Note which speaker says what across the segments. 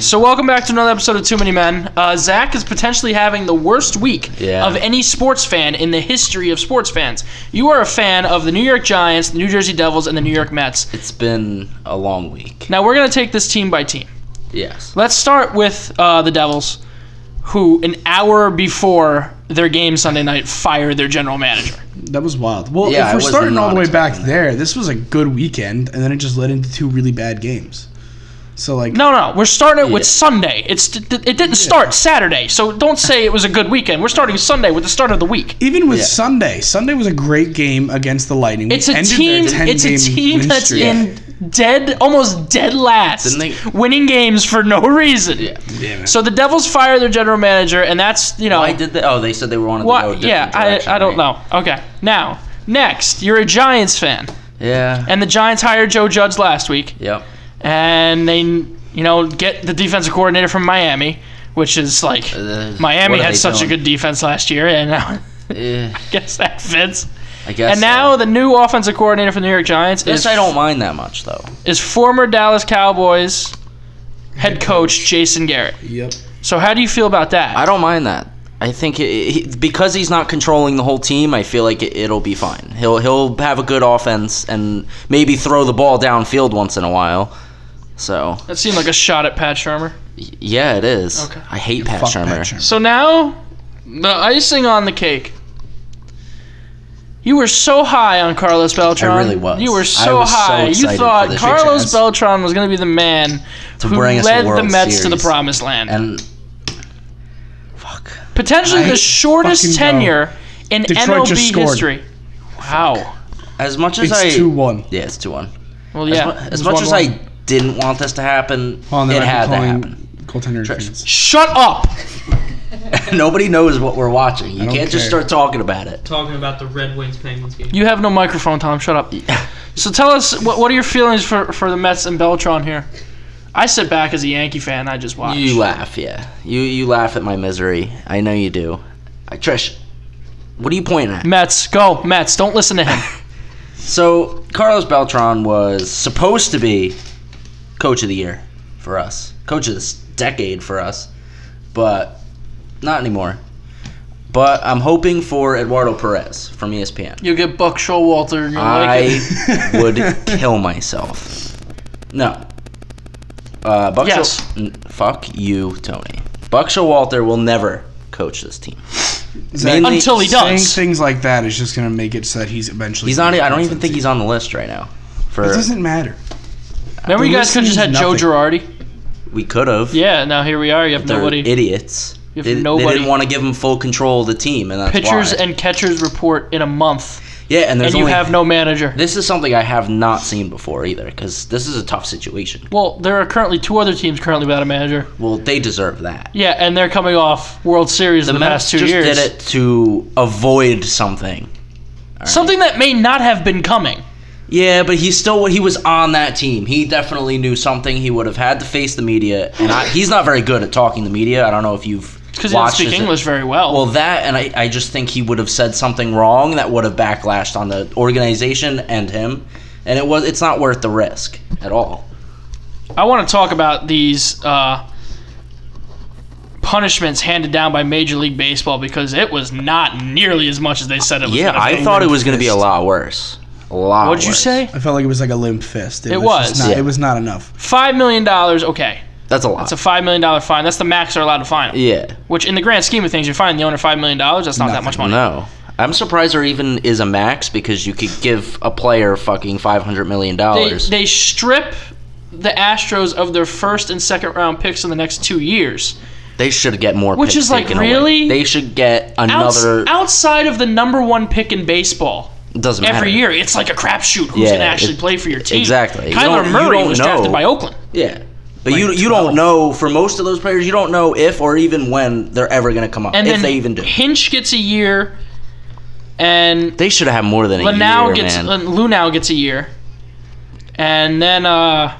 Speaker 1: So welcome back to another episode of Too Many Men. Uh, Zach is potentially having the worst week
Speaker 2: Yeah.
Speaker 1: of any sports fan in the history of sports fans. You are a fan of the New York Giants, the New Jersey Devils, and the New York Mets.
Speaker 2: It's been a long week.
Speaker 1: Now we're gonna take this team by team.
Speaker 2: Yes.
Speaker 1: Let's start with uh, the Devils, who an hour before their game Sunday night fired their general manager.
Speaker 3: That was wild. Well,
Speaker 2: Yeah, I
Speaker 3: if we're
Speaker 2: was
Speaker 3: starting all the
Speaker 2: not
Speaker 3: way back
Speaker 2: expecting
Speaker 3: there, this was a good weekend, and then it just led into two really bad games. So like,
Speaker 1: No, no, we're starting it with
Speaker 2: Yeah.
Speaker 1: Sunday. It's it didn't start Saturday, so don't say it was a good weekend. We're starting Sunday with the start of the week.
Speaker 3: even with
Speaker 2: Yeah.
Speaker 3: Sunday, Sunday was a great game against the Lightning. We
Speaker 1: It's a
Speaker 3: ended their
Speaker 1: team.
Speaker 3: 10
Speaker 1: It's a
Speaker 3: game
Speaker 1: team
Speaker 3: win
Speaker 1: that's
Speaker 3: streak.
Speaker 1: in dead, almost dead last,
Speaker 2: Didn't they-
Speaker 1: winning games for no reason.
Speaker 2: Yeah.
Speaker 3: Damn it.
Speaker 1: So the Devils fire their general manager, and that's you know
Speaker 2: Why did they? Oh, they said they were on.
Speaker 1: why-
Speaker 2: Go a different
Speaker 1: yeah, I,
Speaker 2: direction,
Speaker 1: I don't
Speaker 2: right?
Speaker 1: know. Okay, now next, you're a Giants fan,
Speaker 2: Yeah.
Speaker 1: and the Giants hired Joe Judge last week,
Speaker 2: yep.
Speaker 1: and they you know get the defensive coordinator from Miami, which is like
Speaker 2: Uh,
Speaker 1: Miami
Speaker 2: what are
Speaker 1: had
Speaker 2: they
Speaker 1: such a
Speaker 2: doing?
Speaker 1: good defense last year, and now
Speaker 2: Eh,
Speaker 1: I guess that fits.
Speaker 2: I guess.
Speaker 1: And now
Speaker 2: so.
Speaker 1: the new offensive coordinator for the New York Giants
Speaker 2: this
Speaker 1: is
Speaker 2: I don't mind that much though.
Speaker 1: is former Dallas Cowboys head coach Jason Garrett.
Speaker 3: Yep.
Speaker 1: So how do you feel about that?
Speaker 2: I don't mind that. I think it, he, because he's not controlling the whole team, I feel like it, it'll be fine. He'll he'll have a good offense and maybe throw the ball downfield once in a while. So
Speaker 1: that seemed like a shot at Pat Shermer.
Speaker 2: y- yeah, it is.
Speaker 1: Okay.
Speaker 2: I hate Pat
Speaker 3: Fuck
Speaker 2: Shermer.
Speaker 3: Pat Shermer.
Speaker 1: So now the icing on the cake. You were so high on Carlos Beltran.
Speaker 2: really was.
Speaker 1: You
Speaker 2: I
Speaker 1: were so
Speaker 2: was so
Speaker 1: high. you
Speaker 2: excited for
Speaker 1: thought
Speaker 2: this
Speaker 1: Carlos
Speaker 2: chance.
Speaker 1: Beltran was going to be the man who
Speaker 2: bring us a
Speaker 1: led the
Speaker 2: World
Speaker 1: Mets to the
Speaker 2: Series.
Speaker 1: promised land.
Speaker 2: And fuck.
Speaker 1: Potentially
Speaker 3: I
Speaker 1: the shortest
Speaker 3: fucking know.
Speaker 1: tenure in
Speaker 3: Detroit just
Speaker 1: MLB
Speaker 3: scored.
Speaker 1: history. Wow.
Speaker 2: As much as
Speaker 3: It's
Speaker 2: I
Speaker 3: two one.
Speaker 2: yeah, it's two one.
Speaker 1: Well,
Speaker 2: As
Speaker 1: yeah.
Speaker 2: mu- As,
Speaker 3: It's
Speaker 2: much as I
Speaker 3: 1-1.
Speaker 2: didn't want this to happen,
Speaker 3: On the
Speaker 2: it had to
Speaker 3: calling
Speaker 2: happen.
Speaker 3: goaltender
Speaker 2: Trash.
Speaker 3: interference.
Speaker 1: Shut up.
Speaker 2: Nobody knows what we're watching. You
Speaker 3: don't
Speaker 2: can't just
Speaker 3: care.
Speaker 2: start talking about it.
Speaker 4: talking about the Red Wings Penguins game.
Speaker 1: You have no microphone, Tom. Shut up. So tell us, what, what are your feelings for, for the Mets and Beltron here? I sit back as a Yankee fan. I just watch.
Speaker 2: You laugh, yeah. You you laugh at my misery. I know you do. I, Trish, what are you pointing at?
Speaker 1: Mets, go Mets! Don't listen to him.
Speaker 2: So Carlos Beltran was supposed to be coach of the year for us, coach of this decade for us, but not anymore. But I'm hoping for Eduardo Perez from E ESPN.
Speaker 1: You'll get Buck Showalter. And you'll like it.
Speaker 2: I would kill myself. No. Uh, Buck
Speaker 1: Yes.
Speaker 2: Showal- n- fuck you, Tony. Buck Walter will never coach this team.
Speaker 3: Zach,
Speaker 2: Mainly-
Speaker 1: Until he
Speaker 3: saying
Speaker 1: does.
Speaker 3: things like that is just gonna make it so that he's eventually.
Speaker 2: He's not. e, I don't even think he's on the list right now.
Speaker 3: It
Speaker 2: For
Speaker 3: doesn't matter.
Speaker 1: Remember, you
Speaker 3: the
Speaker 1: guys could just had
Speaker 3: listening
Speaker 1: Joe
Speaker 3: is
Speaker 1: Girardi.
Speaker 2: we could have.
Speaker 1: Yeah. Now here we are. You have
Speaker 2: They're
Speaker 1: nobody.
Speaker 2: idiots.
Speaker 1: You have
Speaker 2: They, they
Speaker 1: nobody.
Speaker 2: didn't want to give him full control of the team, and that's
Speaker 1: Pitchers
Speaker 2: why.
Speaker 1: and catchers report in a month,
Speaker 2: yeah, and there's
Speaker 1: and you
Speaker 2: only
Speaker 1: have no manager.
Speaker 2: This is something I have not seen before either, because this is a tough situation.
Speaker 1: Well, there are currently two other teams currently without a manager.
Speaker 2: Well, they deserve that.
Speaker 1: Yeah, and they're coming off World Series the,
Speaker 2: The
Speaker 1: past
Speaker 2: Mets
Speaker 1: two
Speaker 2: just
Speaker 1: years.
Speaker 2: did it to avoid something.
Speaker 1: Something that may not have been coming.
Speaker 2: Yeah, but he still he was on that team. He definitely knew something. He would have had to face the media, and I, he's not very good at talking to media. I don't know if you've
Speaker 1: Because he doesn't
Speaker 2: watched
Speaker 1: speak
Speaker 2: his-
Speaker 1: English very well.
Speaker 2: Well, that and I, I just think he would have said something wrong that would have backlashed on the organization and him, and it was it's not worth the risk at all.
Speaker 1: I want to talk about these uh, punishments handed down by Major League Baseball because it was not nearly as much as they said it was.
Speaker 2: Yeah,
Speaker 1: gonna
Speaker 2: I
Speaker 1: be.
Speaker 2: thought it was going to be a lot worse. A lot.
Speaker 1: What'd you
Speaker 2: worse.
Speaker 1: say?
Speaker 3: I felt like it was like a limp fist.
Speaker 1: It
Speaker 3: was.
Speaker 1: was.
Speaker 3: just Not,
Speaker 2: Yeah.
Speaker 3: It was not enough.
Speaker 1: Five million dollars. Okay,
Speaker 2: That's a lot.
Speaker 1: it's a five million dollar fine. That's the max they're allowed to fine. 'em.
Speaker 2: yeah.
Speaker 1: Which, in the grand scheme of things, you're fining the owner five million dollars. That's not that much money.
Speaker 2: No. I'm surprised there even is a max because you could give a player fucking five hundred million
Speaker 1: They,
Speaker 2: dollars.
Speaker 1: they strip the Astros of their first and second round picks in the next two years.
Speaker 2: They should get more.
Speaker 1: Which
Speaker 2: picks
Speaker 1: is, like,
Speaker 2: taken away.
Speaker 1: really-
Speaker 2: They should get
Speaker 1: Outs-
Speaker 2: another.
Speaker 1: outside of the number one pick in baseball.
Speaker 2: doesn't matter.
Speaker 1: Every year, it's like a crapshoot who's
Speaker 2: Yeah,
Speaker 1: going to actually
Speaker 2: it-
Speaker 1: play for your team.
Speaker 2: exactly. You
Speaker 1: Kyler
Speaker 2: don't- you
Speaker 1: Murray
Speaker 2: don't
Speaker 1: was
Speaker 2: know.
Speaker 1: drafted by Oakland.
Speaker 2: Yeah. But
Speaker 3: Like
Speaker 2: you you
Speaker 3: 12.
Speaker 2: don't know for most of those players you don't know if or even when they're ever going to come up
Speaker 1: And
Speaker 2: if
Speaker 1: then
Speaker 2: they even do.
Speaker 1: Hinch gets a year, and
Speaker 2: They should have had more than a
Speaker 1: Lunau
Speaker 2: year,
Speaker 1: gets
Speaker 2: man.
Speaker 1: Lun- Lunau gets a year, and then uh,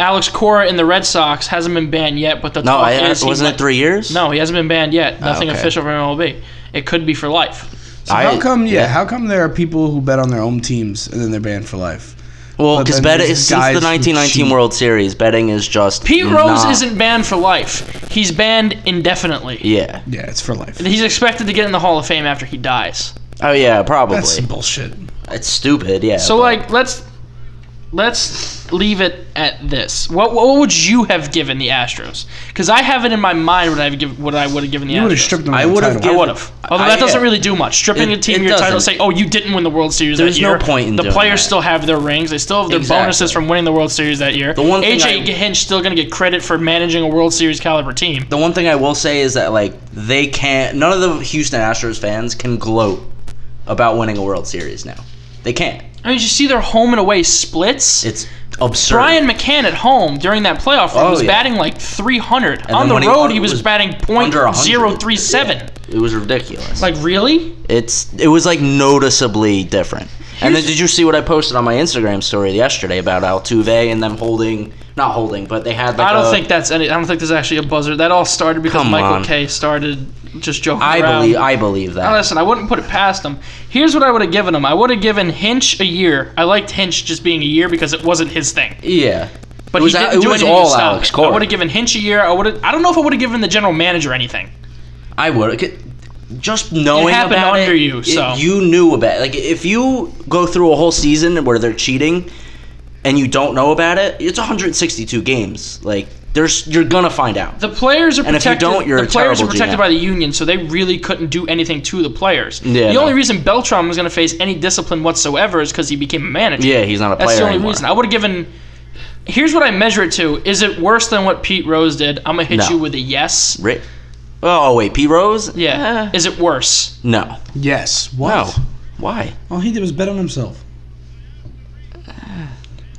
Speaker 1: Alex Cora in the Red Sox hasn't been banned yet. But the
Speaker 2: no,
Speaker 1: talk
Speaker 2: I,
Speaker 1: is he
Speaker 2: wasn't
Speaker 1: might-
Speaker 2: it three years?
Speaker 1: No, he hasn't been banned yet. Nothing
Speaker 2: okay.
Speaker 1: official from MLB. It could be for life.
Speaker 3: So
Speaker 2: I-
Speaker 3: how come? Yeah, How come there are people who bet on their own teams and then they're banned for life?
Speaker 2: Well,
Speaker 3: But
Speaker 2: because
Speaker 3: then
Speaker 2: betting
Speaker 3: these
Speaker 2: since
Speaker 3: guys
Speaker 2: the
Speaker 3: who
Speaker 2: 1919
Speaker 3: cheat-
Speaker 2: World Series, betting is just
Speaker 1: Pete Rose
Speaker 2: not-
Speaker 1: isn't banned for life. He's banned indefinitely.
Speaker 2: Yeah.
Speaker 3: Yeah, it's for life.
Speaker 1: He's expected to get in the Hall of Fame after he dies.
Speaker 2: Oh yeah, probably.
Speaker 3: That's bullshit.
Speaker 2: It's stupid. Yeah.
Speaker 1: So
Speaker 2: but-
Speaker 1: like let's let's leave it at this. What what would you have given the Astros? Because I have it in my mind what I would give what I would have given the
Speaker 3: You would have
Speaker 1: Astros.
Speaker 3: stripped them.
Speaker 2: I
Speaker 3: of the
Speaker 2: would've
Speaker 3: title.
Speaker 1: I
Speaker 2: given-
Speaker 1: would have. Although
Speaker 2: I-
Speaker 1: that doesn't
Speaker 2: yeah.
Speaker 1: really do much. Stripping
Speaker 2: It-
Speaker 1: a team
Speaker 2: it
Speaker 1: your title,
Speaker 2: doesn't.
Speaker 1: say, "Oh, you didn't win the World Series
Speaker 2: There's
Speaker 1: that
Speaker 2: no
Speaker 1: year."
Speaker 2: point in
Speaker 1: the
Speaker 2: doing
Speaker 1: players
Speaker 2: that.
Speaker 1: still have their rings. They still have their
Speaker 2: Exactly.
Speaker 1: bonuses from winning the World Series that year.
Speaker 2: The one thing
Speaker 1: AJ
Speaker 2: I-
Speaker 1: Hinch still going to get credit for managing a World Series caliber team.
Speaker 2: the one thing I will say is that like they can't. None of the Houston Astros fans can gloat about winning a World Series now. They can't.
Speaker 1: I mean, did you see their home and away splits.
Speaker 2: It's absurd.
Speaker 1: Brian McCann at home during that playoff run
Speaker 2: Oh,
Speaker 1: was
Speaker 2: yeah.
Speaker 1: batting like 300.
Speaker 2: And
Speaker 1: On
Speaker 2: then
Speaker 1: the
Speaker 2: when he-
Speaker 1: road, he was,
Speaker 2: was
Speaker 1: batting
Speaker 2: under 100.
Speaker 1: .037.
Speaker 2: It was ridiculous.
Speaker 1: Like really?
Speaker 2: It's it was like noticeably different. and then
Speaker 1: Here's-
Speaker 2: did you see what I posted on my Instagram story yesterday about Altuve and them holding not holding, but they had like
Speaker 1: I don't
Speaker 2: a-
Speaker 1: think that's any. I don't think there's actually a buzzer. That all started because
Speaker 2: Come
Speaker 1: Michael
Speaker 2: on.
Speaker 1: K started just joking
Speaker 2: I
Speaker 1: around.
Speaker 2: believe I believe that.
Speaker 1: Now, listen, I wouldn't put it past him. Here's what I would have given him. I would have given Hinch a year. I liked Hinch just being a year because it wasn't his thing.
Speaker 2: yeah.
Speaker 1: But
Speaker 2: It was
Speaker 1: he
Speaker 2: Al-
Speaker 1: didn't
Speaker 2: it
Speaker 1: do
Speaker 2: was
Speaker 1: anything
Speaker 2: all
Speaker 1: to stop
Speaker 2: Alex
Speaker 1: it.
Speaker 2: Cora.
Speaker 1: I would have given Hinch a year. I would have. I don't know if I would have given the general manager anything.
Speaker 2: I would it- just knowing
Speaker 1: It happened
Speaker 2: about
Speaker 1: under
Speaker 2: it,
Speaker 1: you,
Speaker 2: it-
Speaker 1: so.
Speaker 2: you knew about like if you go through a whole season where they're cheating and you don't know about it, it's 162 games. Like there's you're gonna find out.
Speaker 1: The players are
Speaker 2: And if you
Speaker 1: protected.
Speaker 2: don't, you're
Speaker 1: the
Speaker 2: a
Speaker 1: players are
Speaker 2: terrible
Speaker 1: protected
Speaker 2: GM.
Speaker 1: by the union, so they really couldn't do anything to the players.
Speaker 2: Yeah,
Speaker 1: the
Speaker 2: no.
Speaker 1: only reason Beltram was going to face any discipline whatsoever is because he became a manager.
Speaker 2: yeah, he's not a player
Speaker 1: That's the only
Speaker 2: anymore.
Speaker 1: reason. I would have given. Here's what I measure it to: Is it worse than what Pete Rose did? I'm gonna hit
Speaker 2: No.
Speaker 1: you with a yes.
Speaker 2: Ri- Oh wait, P Rose? Uh.
Speaker 1: Yeah. Is it worse?
Speaker 2: No.
Speaker 3: Yes.
Speaker 2: Wow.
Speaker 3: What?
Speaker 2: Why?
Speaker 3: All he did was bet on himself.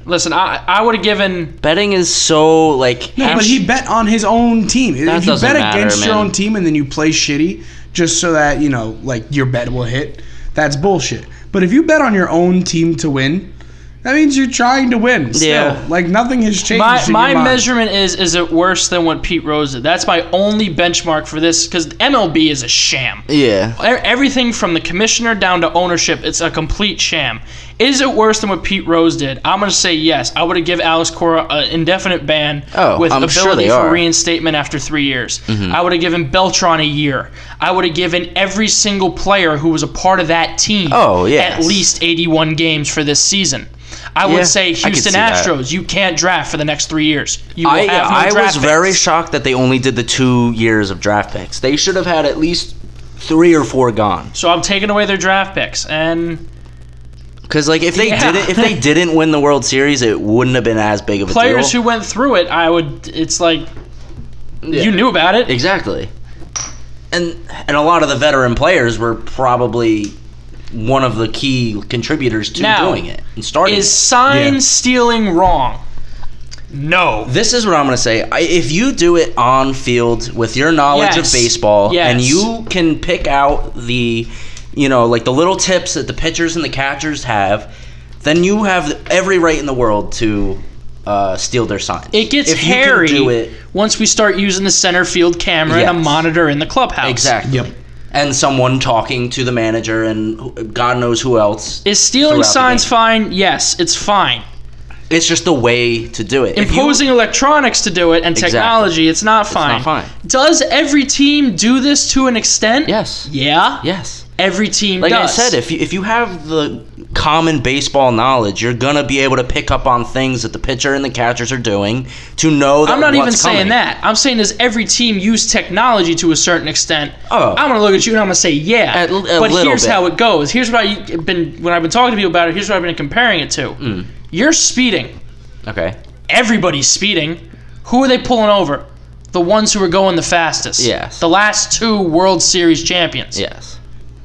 Speaker 1: Listen, I I would have given.
Speaker 2: Betting is so like
Speaker 3: No, but he bet on his own team.
Speaker 2: That
Speaker 3: if you
Speaker 2: doesn't
Speaker 3: bet
Speaker 2: matter,
Speaker 3: against your
Speaker 2: man.
Speaker 3: own team and then you play shitty just so that, you know, like your bet will hit, that's bullshit. But if you bet on your own team to win, that means you're trying to win. Still.
Speaker 2: Yeah.
Speaker 3: Like nothing has changed.
Speaker 1: My,
Speaker 3: in
Speaker 1: my
Speaker 3: your mind.
Speaker 1: measurement is is it worse than what Pete Rose did? That's my only benchmark for this because MLB is a sham.
Speaker 2: yeah.
Speaker 1: E- everything from the commissioner down to ownership it's a complete sham is it worse than what pete rose did i'm going to say yes i would have give alex cora an indefinite ban
Speaker 2: Oh,
Speaker 1: with
Speaker 2: I'm
Speaker 1: ability
Speaker 2: sure they
Speaker 1: for
Speaker 2: are. Mm-hmm.
Speaker 1: reinstatement after three years i would have given beltron a year i would have given every single player who was a part of that team
Speaker 2: Oh, yes.
Speaker 1: at least 81 games for this season I
Speaker 2: Yeah,
Speaker 1: would say
Speaker 2: I could
Speaker 1: Houston
Speaker 2: see that.
Speaker 1: Astros, you can't draft for the next three years. You will
Speaker 2: I,
Speaker 1: have no
Speaker 2: I was
Speaker 1: draft
Speaker 2: very
Speaker 1: picks.
Speaker 2: shocked that they only did the two years of draft picks. They should have had at least three or four gone.
Speaker 1: So I'm taking away their draft picks, and
Speaker 2: Because like if they
Speaker 1: Yeah.
Speaker 2: didn't if they didn't win the World Series, it wouldn't have been as big of a
Speaker 1: players
Speaker 2: deal.
Speaker 1: who went through it, I would. It's like
Speaker 2: Yeah.
Speaker 1: you knew about it.
Speaker 2: exactly. And and a lot of the veteran players were probably one of the key contributors to
Speaker 1: Now,
Speaker 2: doing it and starting. it.
Speaker 1: Is sign
Speaker 3: Yeah.
Speaker 1: stealing wrong? No.
Speaker 2: This is what I'm gonna say. I, if you do it on field with your knowledge
Speaker 1: Yes.
Speaker 2: of baseball,
Speaker 1: Yes.
Speaker 2: and you can pick out the, you know, like the little tips that the pitchers and the catchers have, then you have every right in the world to uh, steal their signs.
Speaker 1: It gets
Speaker 2: if
Speaker 1: hairy
Speaker 2: You can do it
Speaker 1: once we start using the center field camera and a
Speaker 2: Yes.
Speaker 1: monitor in the clubhouse.
Speaker 2: exactly.
Speaker 3: Yep.
Speaker 2: And someone talking to the manager and who- God knows who else.
Speaker 1: Is stealing
Speaker 2: Throughout the
Speaker 1: signs
Speaker 2: game.
Speaker 1: fine? Yes, it's fine.
Speaker 2: It's just the way to do it. If you-
Speaker 1: Imposing electronics to do it and
Speaker 2: Exactly.
Speaker 1: technology, it's not
Speaker 2: not
Speaker 1: fine.
Speaker 2: fine.
Speaker 1: Does every team do this to an extent?
Speaker 2: yes.
Speaker 1: Yeah.
Speaker 2: Yes.
Speaker 1: Every team
Speaker 2: Like
Speaker 1: does.
Speaker 2: I said, if you, if you have the common baseball knowledge, you're gonna be able to pick up on things that the pitcher and the catchers are doing to know that.
Speaker 1: I'm not even
Speaker 2: what's
Speaker 1: saying
Speaker 2: coming.
Speaker 1: that. I'm saying does every team use technology to a certain extent?
Speaker 2: Oh.
Speaker 1: I'm gonna look at you and I'm gonna say yeah.
Speaker 2: At l- a
Speaker 1: but
Speaker 2: little
Speaker 1: here's
Speaker 2: bit.
Speaker 1: how it goes. Here's what I've been when I've been talking to people about it. Here's what I've been comparing it to.
Speaker 2: Mm.
Speaker 1: You're speeding.
Speaker 2: Okay.
Speaker 1: Everybody's speeding. Who are they pulling over? The ones who are going the fastest.
Speaker 2: Yes.
Speaker 1: The last two World Series champions.
Speaker 2: Yes.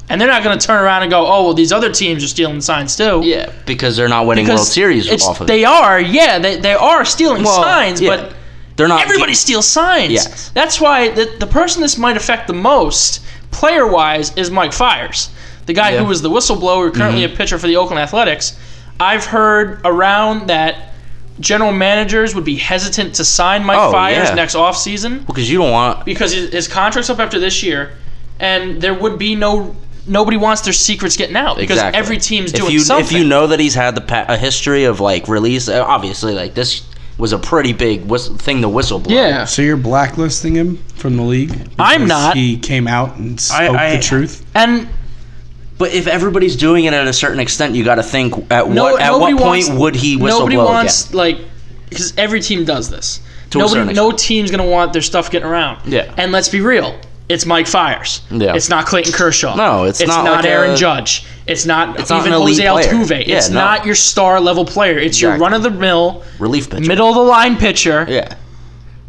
Speaker 1: And they're not gonna turn around and go, oh well, these other teams are stealing signs too.
Speaker 2: Yeah, because they're not winning
Speaker 1: Because
Speaker 2: World Series
Speaker 1: it's-
Speaker 2: off of it.
Speaker 1: they are, yeah, they, they are stealing
Speaker 2: Well,
Speaker 1: signs,
Speaker 2: yeah.
Speaker 1: but
Speaker 2: They're not.
Speaker 1: everybody steals signs.
Speaker 2: Uh, Yes.
Speaker 1: That's why the, the person this might affect the most, player wise, is Mike Fires, the guy
Speaker 2: Yeah. Mm-hmm.
Speaker 1: who was the whistleblower, currently a pitcher for the Oakland Athletics. I've heard around that general managers would be hesitant to sign Mike
Speaker 2: Oh,
Speaker 1: Fires
Speaker 2: yeah.
Speaker 1: next offseason
Speaker 2: because you don't want.
Speaker 1: because his his contract's up after this year, and there would be no nobody wants their secrets getting out because
Speaker 2: Exactly.
Speaker 1: every team's
Speaker 2: If
Speaker 1: doing
Speaker 2: you,
Speaker 1: something.
Speaker 2: If you know that he's had the pa- a history of like release, uh, obviously like this was a pretty big whistle- thing to whistleblow.
Speaker 1: yeah.
Speaker 3: So you're blacklisting him from the league?
Speaker 1: I'm
Speaker 3: because
Speaker 1: not.
Speaker 3: He came out and spoke
Speaker 2: I-
Speaker 3: the truth.
Speaker 1: And
Speaker 2: But if everybody's doing it at a certain extent, you got to think at
Speaker 1: no,
Speaker 2: what at what
Speaker 1: nobody
Speaker 2: point
Speaker 1: wants,
Speaker 2: would he whistleblow
Speaker 1: Nobody
Speaker 2: again?
Speaker 1: wants like because every team does this.
Speaker 2: To a
Speaker 1: nobody,
Speaker 2: certain
Speaker 1: no team's gonna want their stuff getting around.
Speaker 2: Yeah.
Speaker 1: And let's be real, it's Mike Fires.
Speaker 2: Yeah.
Speaker 1: It's not Clayton Kershaw.
Speaker 2: No, it's not like
Speaker 1: Aaron
Speaker 2: a-
Speaker 1: Judge. It's not
Speaker 2: not
Speaker 1: even
Speaker 2: an elite
Speaker 1: Jose
Speaker 2: player.
Speaker 1: Altuve.
Speaker 2: Yeah,
Speaker 1: it's
Speaker 2: no.
Speaker 1: not your star level player. It's your
Speaker 2: Exactly.
Speaker 1: run of the mill,
Speaker 2: relief pitcher.
Speaker 1: middle of the line pitcher.
Speaker 2: Yeah,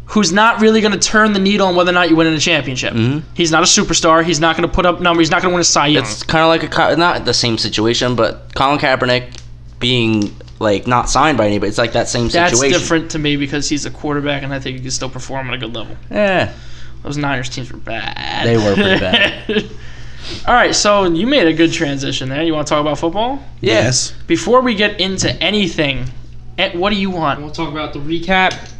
Speaker 1: who's not really going to turn the needle on whether or not you win in a championship.
Speaker 2: Mm-hmm.
Speaker 1: He's not a superstar. He's not going to put up numbers. He's not going to win a Cy Young.
Speaker 2: it's kind of like a co- not the same situation, but Colin Kaepernick being like not signed by anybody. It's like that same
Speaker 1: That's
Speaker 2: situation.
Speaker 1: different to me because he's a quarterback, and I think he can still perform at a good level.
Speaker 2: Yeah,
Speaker 1: Those Niners teams were bad.
Speaker 2: They were pretty bad.
Speaker 1: All right, so you made a good transition there. You want to talk about football?
Speaker 3: Yes.
Speaker 1: Before we get into anything, eh, what do you want?
Speaker 4: We'll talk about the recap.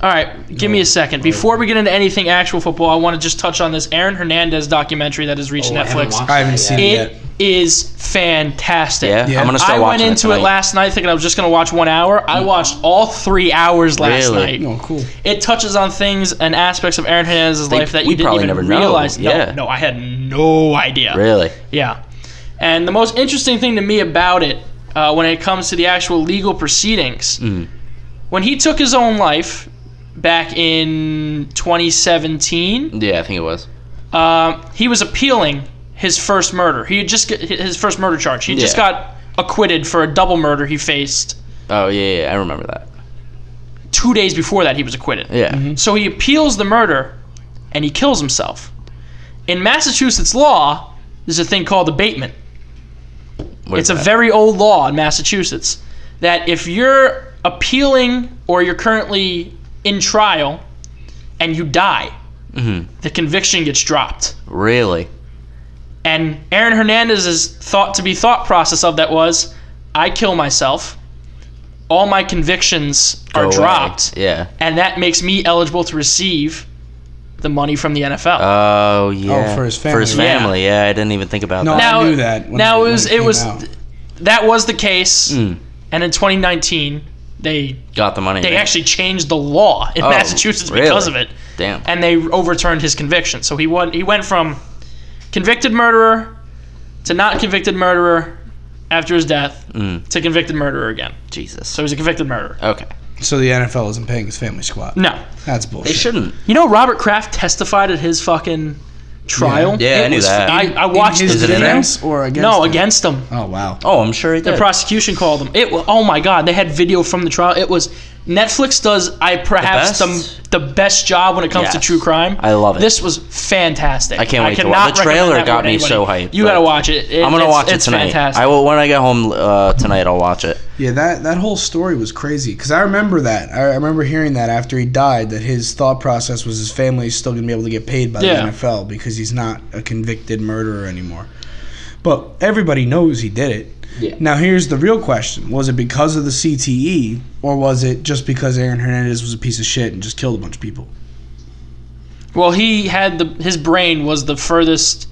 Speaker 1: All right, give me a second. Before we get into anything actual football, I want to just touch on this Aaron Hernandez documentary that has reached
Speaker 4: Oh, I haven't
Speaker 1: Netflix.
Speaker 4: watched
Speaker 3: I haven't seen it
Speaker 1: It
Speaker 3: yet.
Speaker 1: is fantastic.
Speaker 2: yeah.
Speaker 3: Yeah.
Speaker 2: I'm gonna
Speaker 1: I
Speaker 2: start
Speaker 1: went
Speaker 2: watching
Speaker 1: into it,
Speaker 2: tonight. Mm.
Speaker 1: last night thinking I was just gonna watch one hour. I watched all three hours last
Speaker 2: Really?
Speaker 1: night.
Speaker 3: Oh, cool.
Speaker 1: It touches on things and aspects of Aaron Hernandez's
Speaker 2: They-
Speaker 1: life that you
Speaker 2: we
Speaker 1: didn't
Speaker 2: probably
Speaker 1: even
Speaker 2: never know,
Speaker 1: realize.
Speaker 2: yeah.
Speaker 1: No, no, I had no idea.
Speaker 2: Really?
Speaker 1: Yeah. And the most interesting thing to me about it, uh, when it comes to the actual legal proceedings,
Speaker 2: Mm-hmm.
Speaker 1: when he took his own life back in 2017,
Speaker 2: Yeah, I think it was.
Speaker 1: um, he was appealing his first murder. He had just got his first murder charge. He just
Speaker 2: Yeah.
Speaker 1: got acquitted for a double murder he faced
Speaker 2: Oh yeah, yeah, I remember that.
Speaker 1: two days before that he was acquitted.
Speaker 2: Yeah.
Speaker 1: Mm-hmm. So he appeals the murder, and he kills himself. In Massachusetts law, there's a thing called abatement.
Speaker 2: What
Speaker 1: It's
Speaker 2: is
Speaker 1: a
Speaker 2: that?
Speaker 1: very old law in Massachusetts that if you're appealing or you're currently in trial and you die,
Speaker 2: Mm-hmm.
Speaker 1: the conviction gets dropped.
Speaker 2: really
Speaker 1: And Aaron Hernandez's thought to be thought process of that was, I kill myself. All my convictions are
Speaker 2: Go away.
Speaker 1: dropped,
Speaker 2: Yeah.
Speaker 1: and that makes me eligible to receive the money from the NFL.
Speaker 2: Oh yeah.
Speaker 3: for his
Speaker 2: For his
Speaker 3: family.
Speaker 1: Yeah.
Speaker 2: family. Yeah, I didn't even think about
Speaker 3: No,
Speaker 2: that.
Speaker 1: Now-
Speaker 3: I knew that. when
Speaker 1: now
Speaker 3: when
Speaker 1: it was- it
Speaker 3: came
Speaker 1: was-
Speaker 3: out.
Speaker 1: that was the case,
Speaker 2: Mm.
Speaker 1: and in 2019 they
Speaker 2: Got the money.
Speaker 1: they
Speaker 2: right?
Speaker 1: actually changed the law in
Speaker 2: Oh,
Speaker 1: Massachusetts because of
Speaker 2: really?
Speaker 1: it,
Speaker 2: Damn.
Speaker 1: and they overturned his conviction. So he won. He went from convicted murderer to not convicted murderer after his death
Speaker 2: Mm.
Speaker 1: to convicted murderer again.
Speaker 2: Jesus.
Speaker 1: So he's a convicted murderer.
Speaker 2: okay.
Speaker 3: So the NFL isn't paying his family squat.
Speaker 1: No,
Speaker 3: That's
Speaker 2: They
Speaker 3: bullshit.
Speaker 2: shouldn't.
Speaker 1: you know Robert Kraft testified at his fucking trial.
Speaker 2: Yeah, I knew
Speaker 1: was-
Speaker 2: that.
Speaker 1: I, I
Speaker 3: In
Speaker 1: watched
Speaker 3: his
Speaker 1: his
Speaker 2: it in
Speaker 1: video.
Speaker 2: there?
Speaker 3: defense or against?
Speaker 1: No,
Speaker 3: him?
Speaker 1: against him.
Speaker 3: Oh wow.
Speaker 2: Oh, I'm sure he did.
Speaker 1: The prosecution called them. It was, oh my god, they had video from the trial. It was Netflix does I perhaps the
Speaker 2: best?
Speaker 1: the, best job when it comes to
Speaker 2: Yes.
Speaker 1: true crime.
Speaker 2: I love it.
Speaker 1: This was fantastic.
Speaker 2: I can't wait to
Speaker 1: cannot
Speaker 2: watch- the
Speaker 1: recommend
Speaker 2: trailer
Speaker 1: that
Speaker 2: got
Speaker 1: one to
Speaker 2: me
Speaker 1: anybody.
Speaker 2: so hyped,
Speaker 1: You
Speaker 2: but
Speaker 1: gotta watch it. It-
Speaker 2: I'm gonna
Speaker 1: it's-
Speaker 2: watch it
Speaker 1: it's
Speaker 2: tonight.
Speaker 1: Fantastic.
Speaker 2: I will when I get home uh, tonight. I'll watch it.
Speaker 3: Yeah, that that whole story was crazy because I remember that. I I remember hearing that after he died, that his thought process was his family's still gonna be able to get paid by
Speaker 1: Yeah.
Speaker 3: the NFL because he's not a convicted murderer anymore. But everybody knows he did it.
Speaker 2: Yeah.
Speaker 3: Now here's the real question: Was it because of the CTE, or was it just because Aaron Hernandez was a piece of shit and just killed a bunch of people?
Speaker 1: well, he had the his brain was the furthest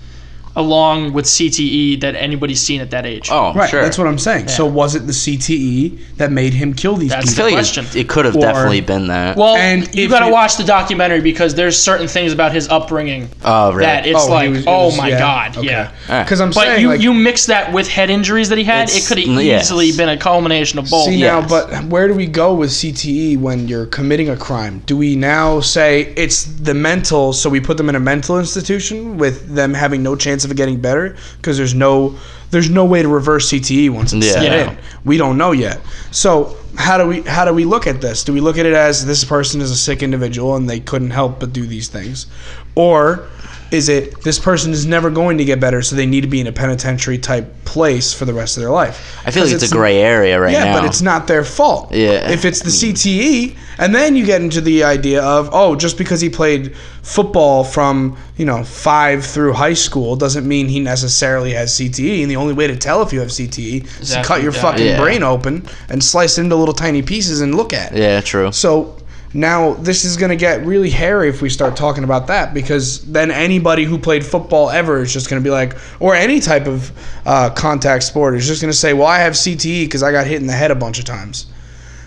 Speaker 1: along with CTE that anybody's seen at that age.
Speaker 2: Oh,
Speaker 3: Right.
Speaker 2: sure.
Speaker 3: That's what I'm saying. So was it the CTE that made him kill these
Speaker 1: That's
Speaker 2: I
Speaker 3: people?
Speaker 2: feel like
Speaker 1: Question.
Speaker 2: it, it could have
Speaker 3: Or-
Speaker 2: definitely been that.
Speaker 1: Well,
Speaker 3: And
Speaker 1: you
Speaker 3: if
Speaker 1: gotta
Speaker 3: you-
Speaker 1: watch the documentary because there's certain things about his upbringing
Speaker 2: oh, really?
Speaker 1: that it's
Speaker 3: he
Speaker 1: like,
Speaker 3: was- it
Speaker 1: oh
Speaker 3: was-
Speaker 1: my
Speaker 3: yeah,
Speaker 1: god,
Speaker 3: okay.
Speaker 1: yeah.
Speaker 2: Alright.
Speaker 3: Because I'm
Speaker 1: But
Speaker 3: saying
Speaker 1: you,
Speaker 3: like,
Speaker 1: you mix that with head injuries that he had, it
Speaker 2: It's-
Speaker 1: could have
Speaker 2: yes.
Speaker 1: easily been a culmination of both.
Speaker 3: See now,
Speaker 2: yes.
Speaker 3: but where do we go with CTE when you're committing a crime? Do we now say it's the mental, so we put them in a mental institution with them having no chance of it getting better because there's no there's no way to reverse CTE once it's
Speaker 2: Yeah.
Speaker 3: set
Speaker 1: Yeah.
Speaker 3: in. We don't know yet. So how do we how do we look at this? Do we look at it as this person is a sick individual and they couldn't help but do these things, or is it this person is never going to get better, so they need to be in a penitentiary type place for the rest of their life?
Speaker 2: I feel like it's,
Speaker 3: Because
Speaker 2: a gray area right
Speaker 3: yeah,
Speaker 2: now.
Speaker 3: but it's not their fault.
Speaker 2: Yeah.
Speaker 3: If it's the CTE, and then you get into the idea of, oh, just because he played football from, you know, five through high school doesn't mean he necessarily has CTE. And the only way to tell if you have CTE is to
Speaker 1: Exactly,
Speaker 3: cut your
Speaker 1: yeah.
Speaker 3: fucking
Speaker 2: Yeah.
Speaker 3: brain open and slice it into little tiny pieces and look at. it.
Speaker 2: yeah, true.
Speaker 3: So Now this is going to get really hairy if we start talking about that because then anybody who played football ever is just going to be like, or any type of uh, contact sport is just going to say, "Well, I have CTE because I got hit in the head a bunch of times."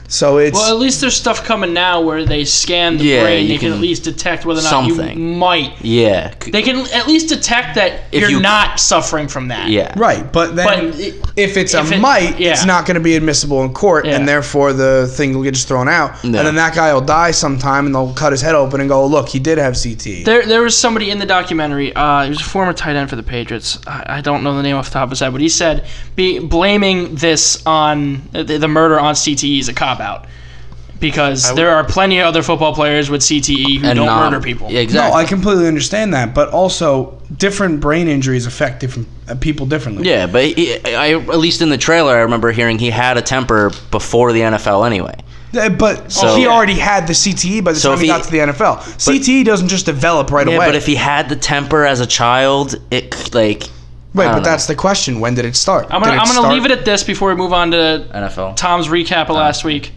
Speaker 3: So it's
Speaker 1: Well, at least there's stuff coming now where they scan the
Speaker 2: Yeah,
Speaker 1: brain.
Speaker 2: you
Speaker 1: They can,
Speaker 2: can-
Speaker 1: at least detect whether or not you
Speaker 2: something.
Speaker 1: might.
Speaker 2: Yeah. c-
Speaker 1: They can at least detect that
Speaker 2: If
Speaker 1: you're
Speaker 2: you-
Speaker 1: not suffering from that.
Speaker 2: Yeah.
Speaker 3: right, but then.
Speaker 1: But it-
Speaker 3: if it's a
Speaker 1: If it-
Speaker 3: might,
Speaker 1: yeah.
Speaker 3: it's not going to be admissible in court,
Speaker 1: Yeah.
Speaker 3: and therefore the thing will get just thrown out.
Speaker 2: No.
Speaker 3: And then that guy will die sometime, and they'll cut his head open and go, "Look, he did have E." CTE."
Speaker 1: There, there was somebody in the documentary. Uh, he was a former tight end for the Patriots. I, I don't know the name off the top of his head, but he said be blaming this on uh, the, the murder on CTE is a cop out because there are plenty of other football players with CTE who don't
Speaker 2: not-
Speaker 1: murder people.
Speaker 2: Yeah, exactly.
Speaker 3: No, I completely understand that, but also different brain injuries affect different uh, people differently.
Speaker 2: Yeah, but he, I at least in the trailer, I remember hearing he had a temper before the NFL anyway.
Speaker 3: Uh, But
Speaker 2: So-
Speaker 3: he already had the CTE by the
Speaker 2: So
Speaker 3: time
Speaker 2: if
Speaker 3: he
Speaker 2: he-
Speaker 3: got to the NFL. CTE E doesn't just develop right
Speaker 2: Yeah,
Speaker 3: away.
Speaker 2: but if he had the temper as a child, it c- like I
Speaker 3: Wait, but
Speaker 2: don't know.
Speaker 3: that's the question. When did it start?
Speaker 1: I'm gonna,
Speaker 3: Did
Speaker 1: I'm gonna
Speaker 3: start-
Speaker 1: leave it at this before we move on to
Speaker 2: NFL.
Speaker 1: Tom's
Speaker 2: Oh.
Speaker 1: recap of last week.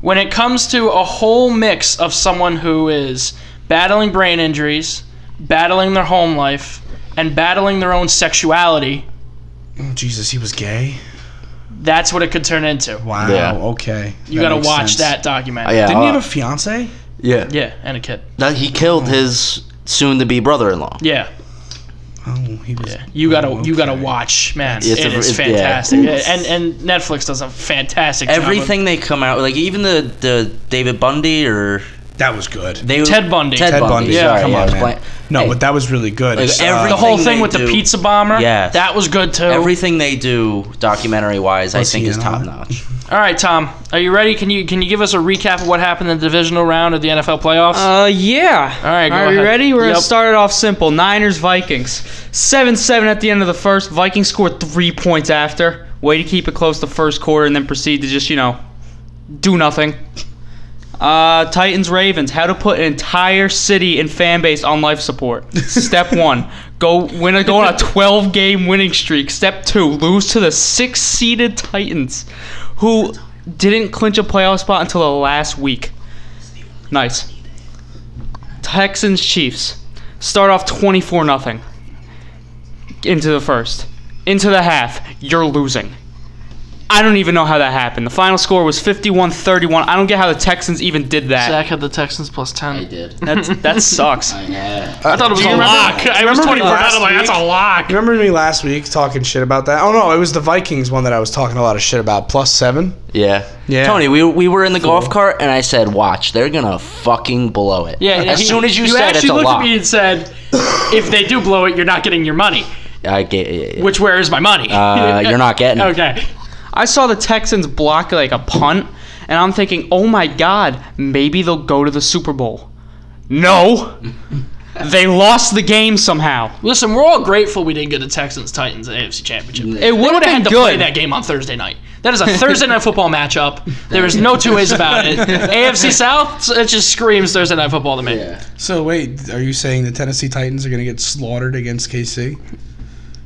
Speaker 1: When it comes to a whole mix of someone who is battling brain injuries, battling their home life, and battling their own sexuality,
Speaker 3: Oh, Jesus, he was gay.
Speaker 1: that's what it could turn into.
Speaker 3: Wow.
Speaker 2: Yeah.
Speaker 3: Okay.
Speaker 1: You
Speaker 3: That
Speaker 1: gotta
Speaker 3: makes
Speaker 1: watch
Speaker 3: sense.
Speaker 1: that documentary.
Speaker 2: yeah,
Speaker 3: Didn't he
Speaker 2: uh,
Speaker 3: have a fiance?
Speaker 2: yeah.
Speaker 1: Yeah, and a kid.
Speaker 2: No, he killed his soon-to-be brother-in-law.
Speaker 1: Yeah,
Speaker 3: Oh, he was.
Speaker 1: you gotta
Speaker 3: Oh,
Speaker 1: you gotta
Speaker 3: okay.
Speaker 1: watch, man.
Speaker 2: It's
Speaker 1: It's
Speaker 2: a- it's- yeah.
Speaker 1: fantastic,
Speaker 2: It's-
Speaker 1: and and Netflix does a fantastic job of-
Speaker 2: Everything they come out like, even the the David Bundy or
Speaker 3: That was good.
Speaker 2: they
Speaker 1: Ted Bundy.
Speaker 2: Ted,
Speaker 3: Ted
Speaker 2: Bundy.
Speaker 3: Bundy.
Speaker 1: Yeah,
Speaker 2: sorry,
Speaker 1: come
Speaker 2: I
Speaker 1: on,
Speaker 2: was
Speaker 3: man.
Speaker 2: playing-
Speaker 3: No,
Speaker 2: Hey,
Speaker 3: but that was really good.
Speaker 2: Like,
Speaker 3: It's, uh,
Speaker 2: every-
Speaker 1: the whole
Speaker 2: Everything
Speaker 1: thing
Speaker 2: they
Speaker 1: with the
Speaker 2: do-
Speaker 1: pizza bomber.
Speaker 2: Yes.
Speaker 1: that was good too.
Speaker 2: everything they do documentary-wise, I
Speaker 3: Was
Speaker 2: think
Speaker 3: he
Speaker 2: is
Speaker 3: in on it?
Speaker 2: top-notch.
Speaker 1: All right, Tom, are you ready? Can you can you give us a recap of what happened in the divisional round of the NFL playoffs?
Speaker 4: Uh, yeah. All
Speaker 1: right, go
Speaker 4: Are you
Speaker 1: ahead.
Speaker 4: ready? We're
Speaker 1: Yep.
Speaker 4: gonna start it off simple. Niners Vikings. Seven seven at the end of the first. Vikings scored three points after. Way to keep it close the first quarter and then proceed to just you know do nothing. Uh, Titans Ravens. How to put an entire city and fan base on life support. Step one. Go win a go on a 12 game winning streak. Step two, lose to the six seeded Titans, who didn't clinch a playoff spot until the last week. Nice. Texans Chiefs start off 24 nothing into the first. Into the half, you're losing. I don't even know how that happened. The final score was 51-31. I don't get how the Texans even did that.
Speaker 1: Zach had the Texans plus ten.
Speaker 2: I did.
Speaker 4: That's, that sucks.
Speaker 2: Yeah.
Speaker 3: I
Speaker 1: it
Speaker 3: thought
Speaker 1: was a lock. I remember
Speaker 3: remember
Speaker 1: twenty four.
Speaker 3: when last
Speaker 1: I'm like, that's a lock.
Speaker 3: Remember me last week talking shit about that? Oh no, it was the Vikings one that I was talking a lot of shit about. Plus seven.
Speaker 2: Yeah.
Speaker 3: Yeah.
Speaker 2: Tony, we, we were in the golf cart, and I said, "Watch, they're gonna fucking blow it."
Speaker 1: Yeah,
Speaker 2: As
Speaker 1: he-
Speaker 2: soon as you, said
Speaker 1: actually
Speaker 2: it's a
Speaker 1: looked
Speaker 2: lock,
Speaker 1: at me and said, "If they do blow it, you're not getting your money."
Speaker 2: I get.
Speaker 1: Which where is my money?
Speaker 2: Uh, you're not getting. It.
Speaker 1: Okay.
Speaker 4: I saw the Texans block like a punt, and I'm thinking, oh my God, maybe they'll go to the Super Bowl. No! they lost the game somehow.
Speaker 1: Listen, we're all grateful we didn't get the Texans Titans AFC Championship.
Speaker 4: It
Speaker 1: They
Speaker 4: would
Speaker 1: would have
Speaker 4: have
Speaker 1: had
Speaker 4: been
Speaker 1: to play
Speaker 4: good.
Speaker 1: that game on Thursday night. That is a Thursday night football matchup. There is no two ways about it. AFC South, it just screams Thursday night football to me.
Speaker 3: So wait, are you saying the Tennessee Titans are going to get slaughtered against KC?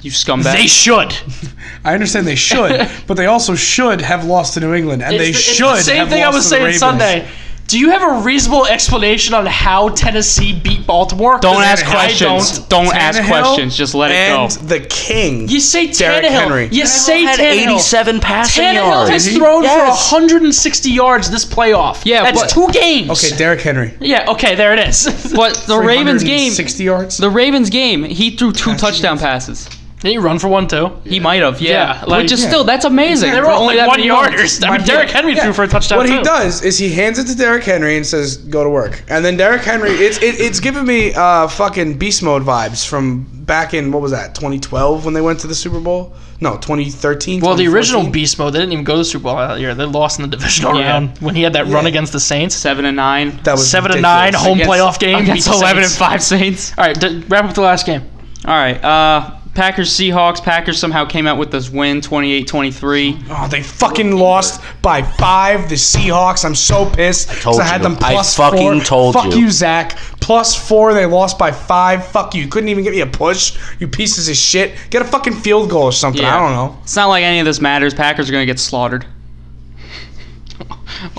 Speaker 4: You
Speaker 1: They
Speaker 4: scumbag.
Speaker 1: should.
Speaker 3: I understand they should, but they also should have lost to New England, and
Speaker 1: It's
Speaker 3: they
Speaker 1: the- it's
Speaker 3: should.
Speaker 1: The same
Speaker 3: have
Speaker 1: thing I
Speaker 3: lost
Speaker 1: was
Speaker 3: to the
Speaker 1: saying
Speaker 3: Ravens.
Speaker 1: Sunday. Do you have a reasonable explanation on how Tennessee beat Baltimore? 'Cause
Speaker 4: don't ask
Speaker 1: I
Speaker 4: questions.
Speaker 1: don't.
Speaker 4: Don't, ask
Speaker 3: Tannehill
Speaker 4: questions. Just let it go.
Speaker 3: And the King.
Speaker 1: You say
Speaker 3: Derrick
Speaker 1: Tannehill.
Speaker 3: Henry.
Speaker 1: You say
Speaker 2: Had
Speaker 1: Tannehill.
Speaker 2: 87 passing
Speaker 1: Tannehill
Speaker 2: yards.
Speaker 1: has
Speaker 3: Did he?
Speaker 1: thrown for
Speaker 2: Yes.
Speaker 1: 160 yards this playoff.
Speaker 4: Yeah,
Speaker 1: that's
Speaker 4: but-
Speaker 1: two games.
Speaker 3: Okay, Derrick Henry.
Speaker 1: Yeah. Okay. There it is.
Speaker 4: But the Ravens game,
Speaker 3: sixty yards.
Speaker 4: the Ravens game, he threw two
Speaker 3: Passing
Speaker 4: touchdown passes.
Speaker 1: Did he run for one too?
Speaker 4: He might have, yeah.
Speaker 1: Yeah, like-
Speaker 4: Which is still, that's amazing.
Speaker 1: They were
Speaker 4: for
Speaker 1: all
Speaker 4: only
Speaker 1: like
Speaker 4: that
Speaker 1: one
Speaker 4: many yards.
Speaker 1: yarders. I
Speaker 3: My
Speaker 1: mean, Derrick
Speaker 3: point.
Speaker 1: Henry
Speaker 3: Yeah.
Speaker 1: threw for a touchdown
Speaker 3: What
Speaker 1: too.
Speaker 3: he does is he hands it to Derrick Henry and says, "Go to work." And then Derrick Henry, it's it, it's giving me uh, fucking beast mode vibes from back in what was that 2012 when they went to the Super Bowl? No, 2013.
Speaker 1: Well, the original
Speaker 3: 2014?
Speaker 1: Beast Mode, they didn't even go to the Super Bowl that year. They lost in the divisional
Speaker 4: Yeah.
Speaker 1: round when he had that run
Speaker 3: Yeah.
Speaker 1: against the Saints.
Speaker 4: Seven and nine.
Speaker 3: that was
Speaker 1: Seven to nine,
Speaker 3: ridiculous.
Speaker 1: home
Speaker 4: Against-
Speaker 1: playoff game. beat
Speaker 4: Against
Speaker 1: the
Speaker 4: eleven and
Speaker 1: Saints.
Speaker 4: five Saints.
Speaker 1: All right, d- wrap up the last game.
Speaker 4: All right. Uh, Packers Seahawks. Packers somehow came out with this win 28-23.
Speaker 3: Oh, they fucking lost by five. The Seahawks. I'm so pissed. I
Speaker 2: told
Speaker 3: I had
Speaker 2: you.
Speaker 3: them
Speaker 2: I
Speaker 3: plus
Speaker 2: fucking
Speaker 3: four.
Speaker 2: told
Speaker 3: Fuck
Speaker 2: you.
Speaker 3: you, Zach. Plus four. They lost by five. Fuck you. You Couldn't even give me a push. You pieces of shit. Get a fucking field goal or something.
Speaker 4: Yeah.
Speaker 3: I don't know.
Speaker 4: It's not like any of this matters. Packers are going to get slaughtered.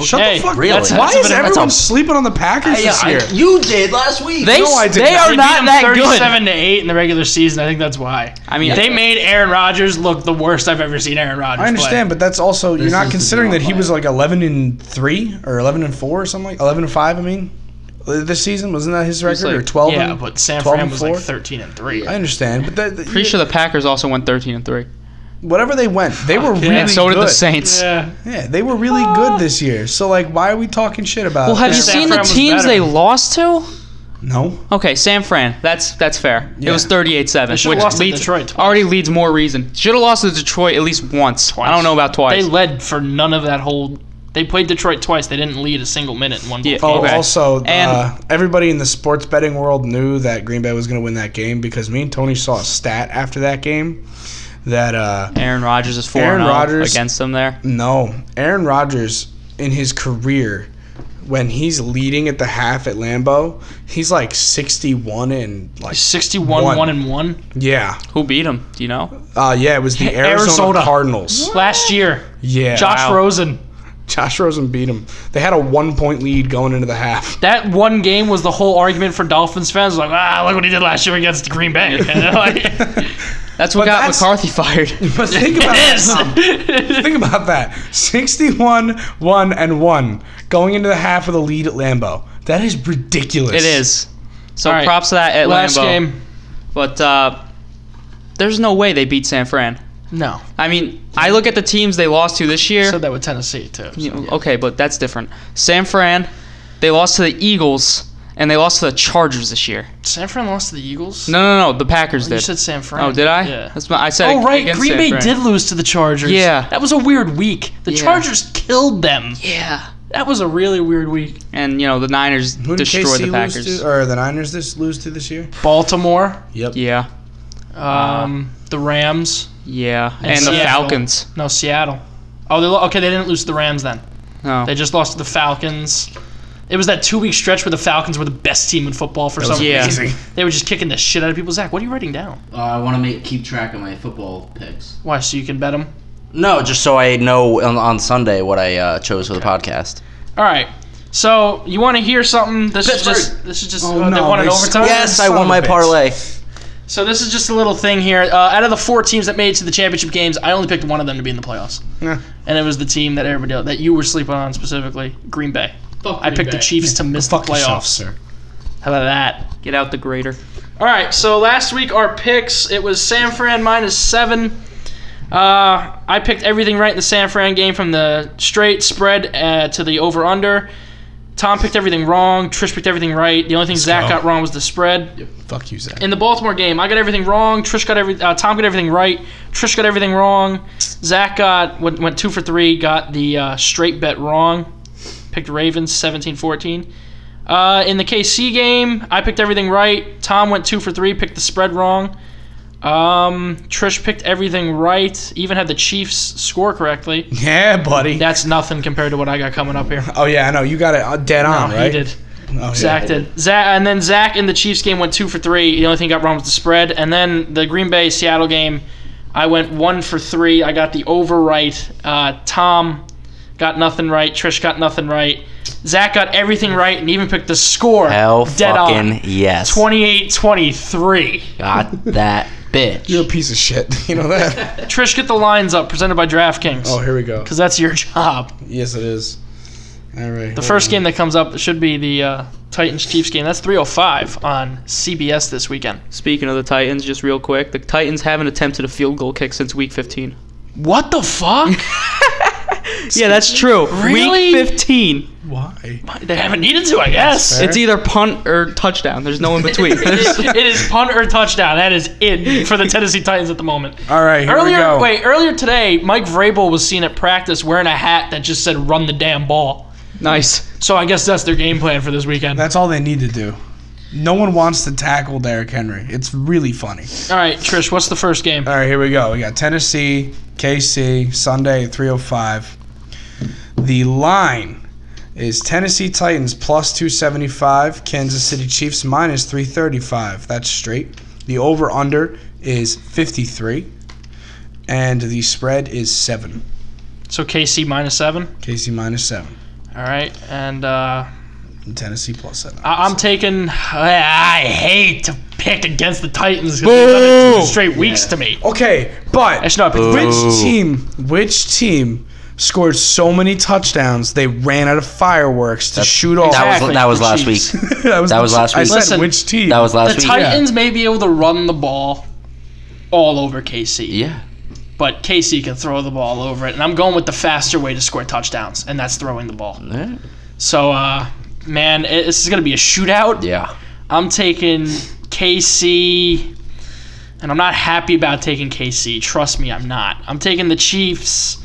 Speaker 3: Shut
Speaker 1: Okay,
Speaker 3: the fuck
Speaker 2: really?
Speaker 3: up.
Speaker 2: That's a-
Speaker 3: Why
Speaker 2: that's
Speaker 1: a bit
Speaker 3: is
Speaker 1: of-
Speaker 2: that's
Speaker 3: everyone
Speaker 2: a-
Speaker 3: sleeping on the Packers
Speaker 2: Hey, uh,
Speaker 3: this
Speaker 2: I-
Speaker 3: year?
Speaker 2: you did last week.
Speaker 4: They,
Speaker 3: No, I did
Speaker 4: they
Speaker 3: not.
Speaker 4: are
Speaker 1: They beat
Speaker 4: not
Speaker 1: them
Speaker 4: that good.
Speaker 1: Thirty-seven to eight in the regular season. I think that's why.
Speaker 4: I mean,
Speaker 1: they made Aaron Rodgers look the worst I've ever seen Aaron Rodgers.
Speaker 3: I understand, but that's also you're
Speaker 2: This is
Speaker 3: not
Speaker 2: the
Speaker 3: considering that he
Speaker 2: drama.
Speaker 3: was like 11 and three or 11 and four or something like 11 and five. I mean, this season wasn't that his record
Speaker 4: like-
Speaker 3: or 12?
Speaker 1: Play. Yeah,
Speaker 3: and,
Speaker 1: but San
Speaker 3: 12
Speaker 1: Fran
Speaker 3: and
Speaker 1: was like
Speaker 3: four?
Speaker 1: thirteen and three.
Speaker 3: I understand, but that, that-
Speaker 4: Pretty sure the Packers also went 13 and three.
Speaker 3: whatever they went, they were really
Speaker 1: yeah.
Speaker 4: And so did
Speaker 3: good.
Speaker 4: the Saints.
Speaker 1: Yeah.
Speaker 3: Yeah, they were really good this year. So like, why are we talking shit about?
Speaker 4: Well, have
Speaker 3: it?
Speaker 4: you
Speaker 1: San
Speaker 4: seen the
Speaker 1: Fran was
Speaker 4: teams
Speaker 1: better.
Speaker 4: they lost to?
Speaker 3: no?
Speaker 4: Okay, San Fran. That's that's fair. It was
Speaker 3: Yeah.
Speaker 4: 38-7,
Speaker 1: They should've
Speaker 4: which
Speaker 1: lost to
Speaker 4: leads,
Speaker 1: Detroit twice.
Speaker 4: already leads more reason. Should have lost to Detroit at least once. I don't know about
Speaker 1: They
Speaker 4: twice.
Speaker 1: led for none of that whole. They played Detroit twice. They didn't lead a single minute in one.
Speaker 4: Yeah.
Speaker 1: ball
Speaker 3: Oh,
Speaker 1: game.
Speaker 4: Okay.
Speaker 3: also,
Speaker 4: And-
Speaker 3: uh, everybody in the sports betting world knew that Green Bay was going to win that game because me and Tony saw a stat after that game that uh,
Speaker 4: Aaron Rodgers is 4
Speaker 3: Aaron
Speaker 4: and 0
Speaker 3: Rodgers-
Speaker 4: against them there.
Speaker 3: No, Aaron Rodgers in his career, when he's leading at the half at Lambeau, he's like sixty-one and like
Speaker 1: Sixty-one,
Speaker 3: One.
Speaker 1: one, and one
Speaker 3: yeah,
Speaker 4: Who beat him? Do you know?
Speaker 3: uh, yeah. It was the Arizona,
Speaker 1: Arizona.
Speaker 3: Cardinals.
Speaker 1: last year.
Speaker 3: Yeah,
Speaker 1: Josh
Speaker 4: Wow.
Speaker 1: Rosen.
Speaker 3: Josh Rosen beat him. They had a one-point lead going into the half.
Speaker 1: That one game was the whole argument for Dolphins fans. Like, ah, look what he did last year against Green Bay. Like,
Speaker 4: That's what
Speaker 3: But
Speaker 4: got
Speaker 3: that's-
Speaker 4: McCarthy fired.
Speaker 3: But think about
Speaker 1: it
Speaker 3: that,
Speaker 1: is.
Speaker 3: Tom. Think about that. Sixty-one, one and one going into the half with a lead at Lambeau. That is ridiculous.
Speaker 4: It is. So
Speaker 1: All right.
Speaker 4: props to that at
Speaker 1: last
Speaker 4: Lambeau.
Speaker 1: game.
Speaker 4: But uh, there's no way they beat San Fran.
Speaker 1: No,
Speaker 4: I mean, I look at the teams they lost to this year.
Speaker 1: said that with Tennessee too. so,
Speaker 4: You know,
Speaker 1: yeah.
Speaker 4: Okay, but that's different. San Fran, they lost to the Eagles and they lost to the Chargers this year.
Speaker 1: San Fran lost to the Eagles.
Speaker 4: No, no, no, the Packers
Speaker 1: you
Speaker 4: did.
Speaker 1: said San Fran.
Speaker 4: oh, did I?
Speaker 1: Yeah.
Speaker 4: That's my, I said.
Speaker 1: oh right,
Speaker 4: against
Speaker 1: Green
Speaker 4: San
Speaker 1: Bay
Speaker 4: Fran.
Speaker 1: did lose to the Chargers.
Speaker 4: Yeah.
Speaker 1: that was a weird week. The
Speaker 4: Yeah.
Speaker 1: Chargers killed them.
Speaker 4: Yeah.
Speaker 1: That was a really weird week.
Speaker 4: And you know the Niners
Speaker 3: Who did
Speaker 4: destroyed
Speaker 3: KC
Speaker 4: the
Speaker 3: lose
Speaker 4: Packers.
Speaker 3: to, or the Niners this lose to this year?
Speaker 1: Baltimore,
Speaker 3: Yep.
Speaker 4: yeah, Ah.
Speaker 1: um, the Rams,
Speaker 4: yeah, and, the
Speaker 1: Seattle.
Speaker 4: Falcons.
Speaker 1: no Seattle. Oh, they lo- okay. They didn't lose to the Rams then.
Speaker 4: Oh.
Speaker 1: They just lost to the Falcons. It was that two week stretch where the Falcons were the best team in football for some
Speaker 4: yeah.
Speaker 1: reason. They were just kicking the shit out of people. Zach, what are you writing down?
Speaker 2: Uh, I want to make keep track of my football picks.
Speaker 1: Why? So you can bet them.
Speaker 2: No, just so I know on, on Sunday what I uh, chose for the podcast.
Speaker 1: All right. So you want to hear something? This
Speaker 2: Pittsburgh.
Speaker 1: is just this is just
Speaker 3: Oh,
Speaker 1: oh, they
Speaker 3: no,
Speaker 1: won
Speaker 3: they
Speaker 1: an overtime.
Speaker 3: scored.
Speaker 2: Yes, I
Speaker 3: son
Speaker 2: won
Speaker 3: of a
Speaker 2: my
Speaker 3: bitch.
Speaker 2: parlay.
Speaker 1: So this is just a little thing here. Uh, out of the four teams that made it to the championship games, I only picked one of them to be in the playoffs,
Speaker 3: Yeah.
Speaker 1: and it was the team that everybody else, that you were sleeping on specifically, Green Bay. I picked the Chiefs to miss the
Speaker 3: Fuck
Speaker 1: playoffs.
Speaker 3: yourself, sir.
Speaker 1: How about that?
Speaker 4: Get out the grater.
Speaker 1: All right, so last week our picks it was San Fran minus seven. Uh, I picked everything right in the San Fran game from the straight spread uh, to the over under. Tom picked everything wrong. Trish picked everything right. The only thing Zach
Speaker 3: go.
Speaker 1: got wrong was the spread.
Speaker 3: Fuck you, Zach.
Speaker 1: In the Baltimore game, I got everything wrong. Trish got every uh, Tom got everything right. Trish got everything wrong. Zach got went, went two for three. Got the uh, straight bet wrong. Picked Ravens 17-14. Uh, in the KC game, I picked everything right. Tom went two for three, picked the spread wrong. Um, Trish picked everything right, even had the Chiefs score correctly.
Speaker 3: Yeah, buddy.
Speaker 1: That's nothing compared to what I got coming up here.
Speaker 3: Oh yeah, I know. You got it uh, dead on,
Speaker 1: No,
Speaker 3: right?
Speaker 1: he did.
Speaker 3: Oh, yeah.
Speaker 1: Zach did. Zach, and then Zach in the Chiefs game went two for three. The only thing he got wrong was the spread. And then the Green Bay Seattle game, I went one for three. I got the over right. Uh, Tom got nothing right. Trish got nothing right. Zach got everything right and even picked the score.
Speaker 2: Hell
Speaker 1: dead
Speaker 2: fucking
Speaker 1: on.
Speaker 2: yes.
Speaker 1: 28 23.
Speaker 2: Got that bitch.
Speaker 3: You're a piece of shit. You know that?
Speaker 1: Trish, get the lines up presented by DraftKings.
Speaker 3: oh, here we go.
Speaker 1: Because that's your job.
Speaker 3: Yes, it is. All right.
Speaker 1: The first game that comes up should be the uh, Titans Chiefs game. That's 305 on CBS this weekend.
Speaker 4: Speaking of the Titans, just real quick, the Titans haven't attempted a field goal kick since Week 15.
Speaker 1: What the fuck?
Speaker 4: Yeah, that's true.
Speaker 1: Really?
Speaker 4: Week 15.
Speaker 3: Why?
Speaker 1: They haven't needed to, I guess.
Speaker 3: fair.
Speaker 4: It's either punt or touchdown. There's no in between. There's-
Speaker 1: it is punt or touchdown. That is it for the Tennessee Titans at the moment.
Speaker 3: All right. Here we
Speaker 1: Earlier,
Speaker 3: go.
Speaker 1: wait, earlier today, Mike Vrabel was seen at practice wearing a hat that just said "Run the damn ball."
Speaker 4: nice.
Speaker 1: So I guess that's their game plan for this weekend.
Speaker 3: That's all they need to do. No one wants to tackle Derrick Henry. It's really funny.
Speaker 1: All right, Trish, what's the first game?
Speaker 3: All right, here we go. We got Tennessee, KC, Sunday, 305. The line is Tennessee Titans plus 275, Kansas City Chiefs minus 335. That's straight. The over under is 53, and the spread is 7.
Speaker 1: So KC minus seven.
Speaker 3: KC minus 7.
Speaker 1: All right, and uh,
Speaker 3: Tennessee plus seven.
Speaker 1: I- I'm taking. ah, I hate to pick against the Titans. 'cause
Speaker 4: Boo!
Speaker 1: They've done it two straight weeks to me.
Speaker 3: okay,
Speaker 1: I
Speaker 3: but
Speaker 1: should not pick.
Speaker 2: Boo.
Speaker 1: Which-
Speaker 3: which team? Which team scored so many touchdowns they ran out of fireworks to shoot off?
Speaker 2: That was
Speaker 1: Exactly,
Speaker 2: that was
Speaker 1: the
Speaker 2: last
Speaker 1: Chiefs.
Speaker 2: week.
Speaker 3: that was,
Speaker 2: that was last
Speaker 3: I
Speaker 2: week.
Speaker 3: said
Speaker 1: Listen,
Speaker 3: which team?
Speaker 2: That was last
Speaker 1: The
Speaker 2: week.
Speaker 1: Titans may be able to run the ball all over KC,
Speaker 2: Yeah.
Speaker 1: but KC can throw the ball over it. And I'm going with the faster way to score touchdowns, and that's throwing the ball.
Speaker 2: Yeah.
Speaker 1: So, uh, man, it- this is going to be a shootout.
Speaker 2: Yeah.
Speaker 1: I'm taking KC, and I'm not happy about taking KC. Trust me, I'm not. I'm taking the Chiefs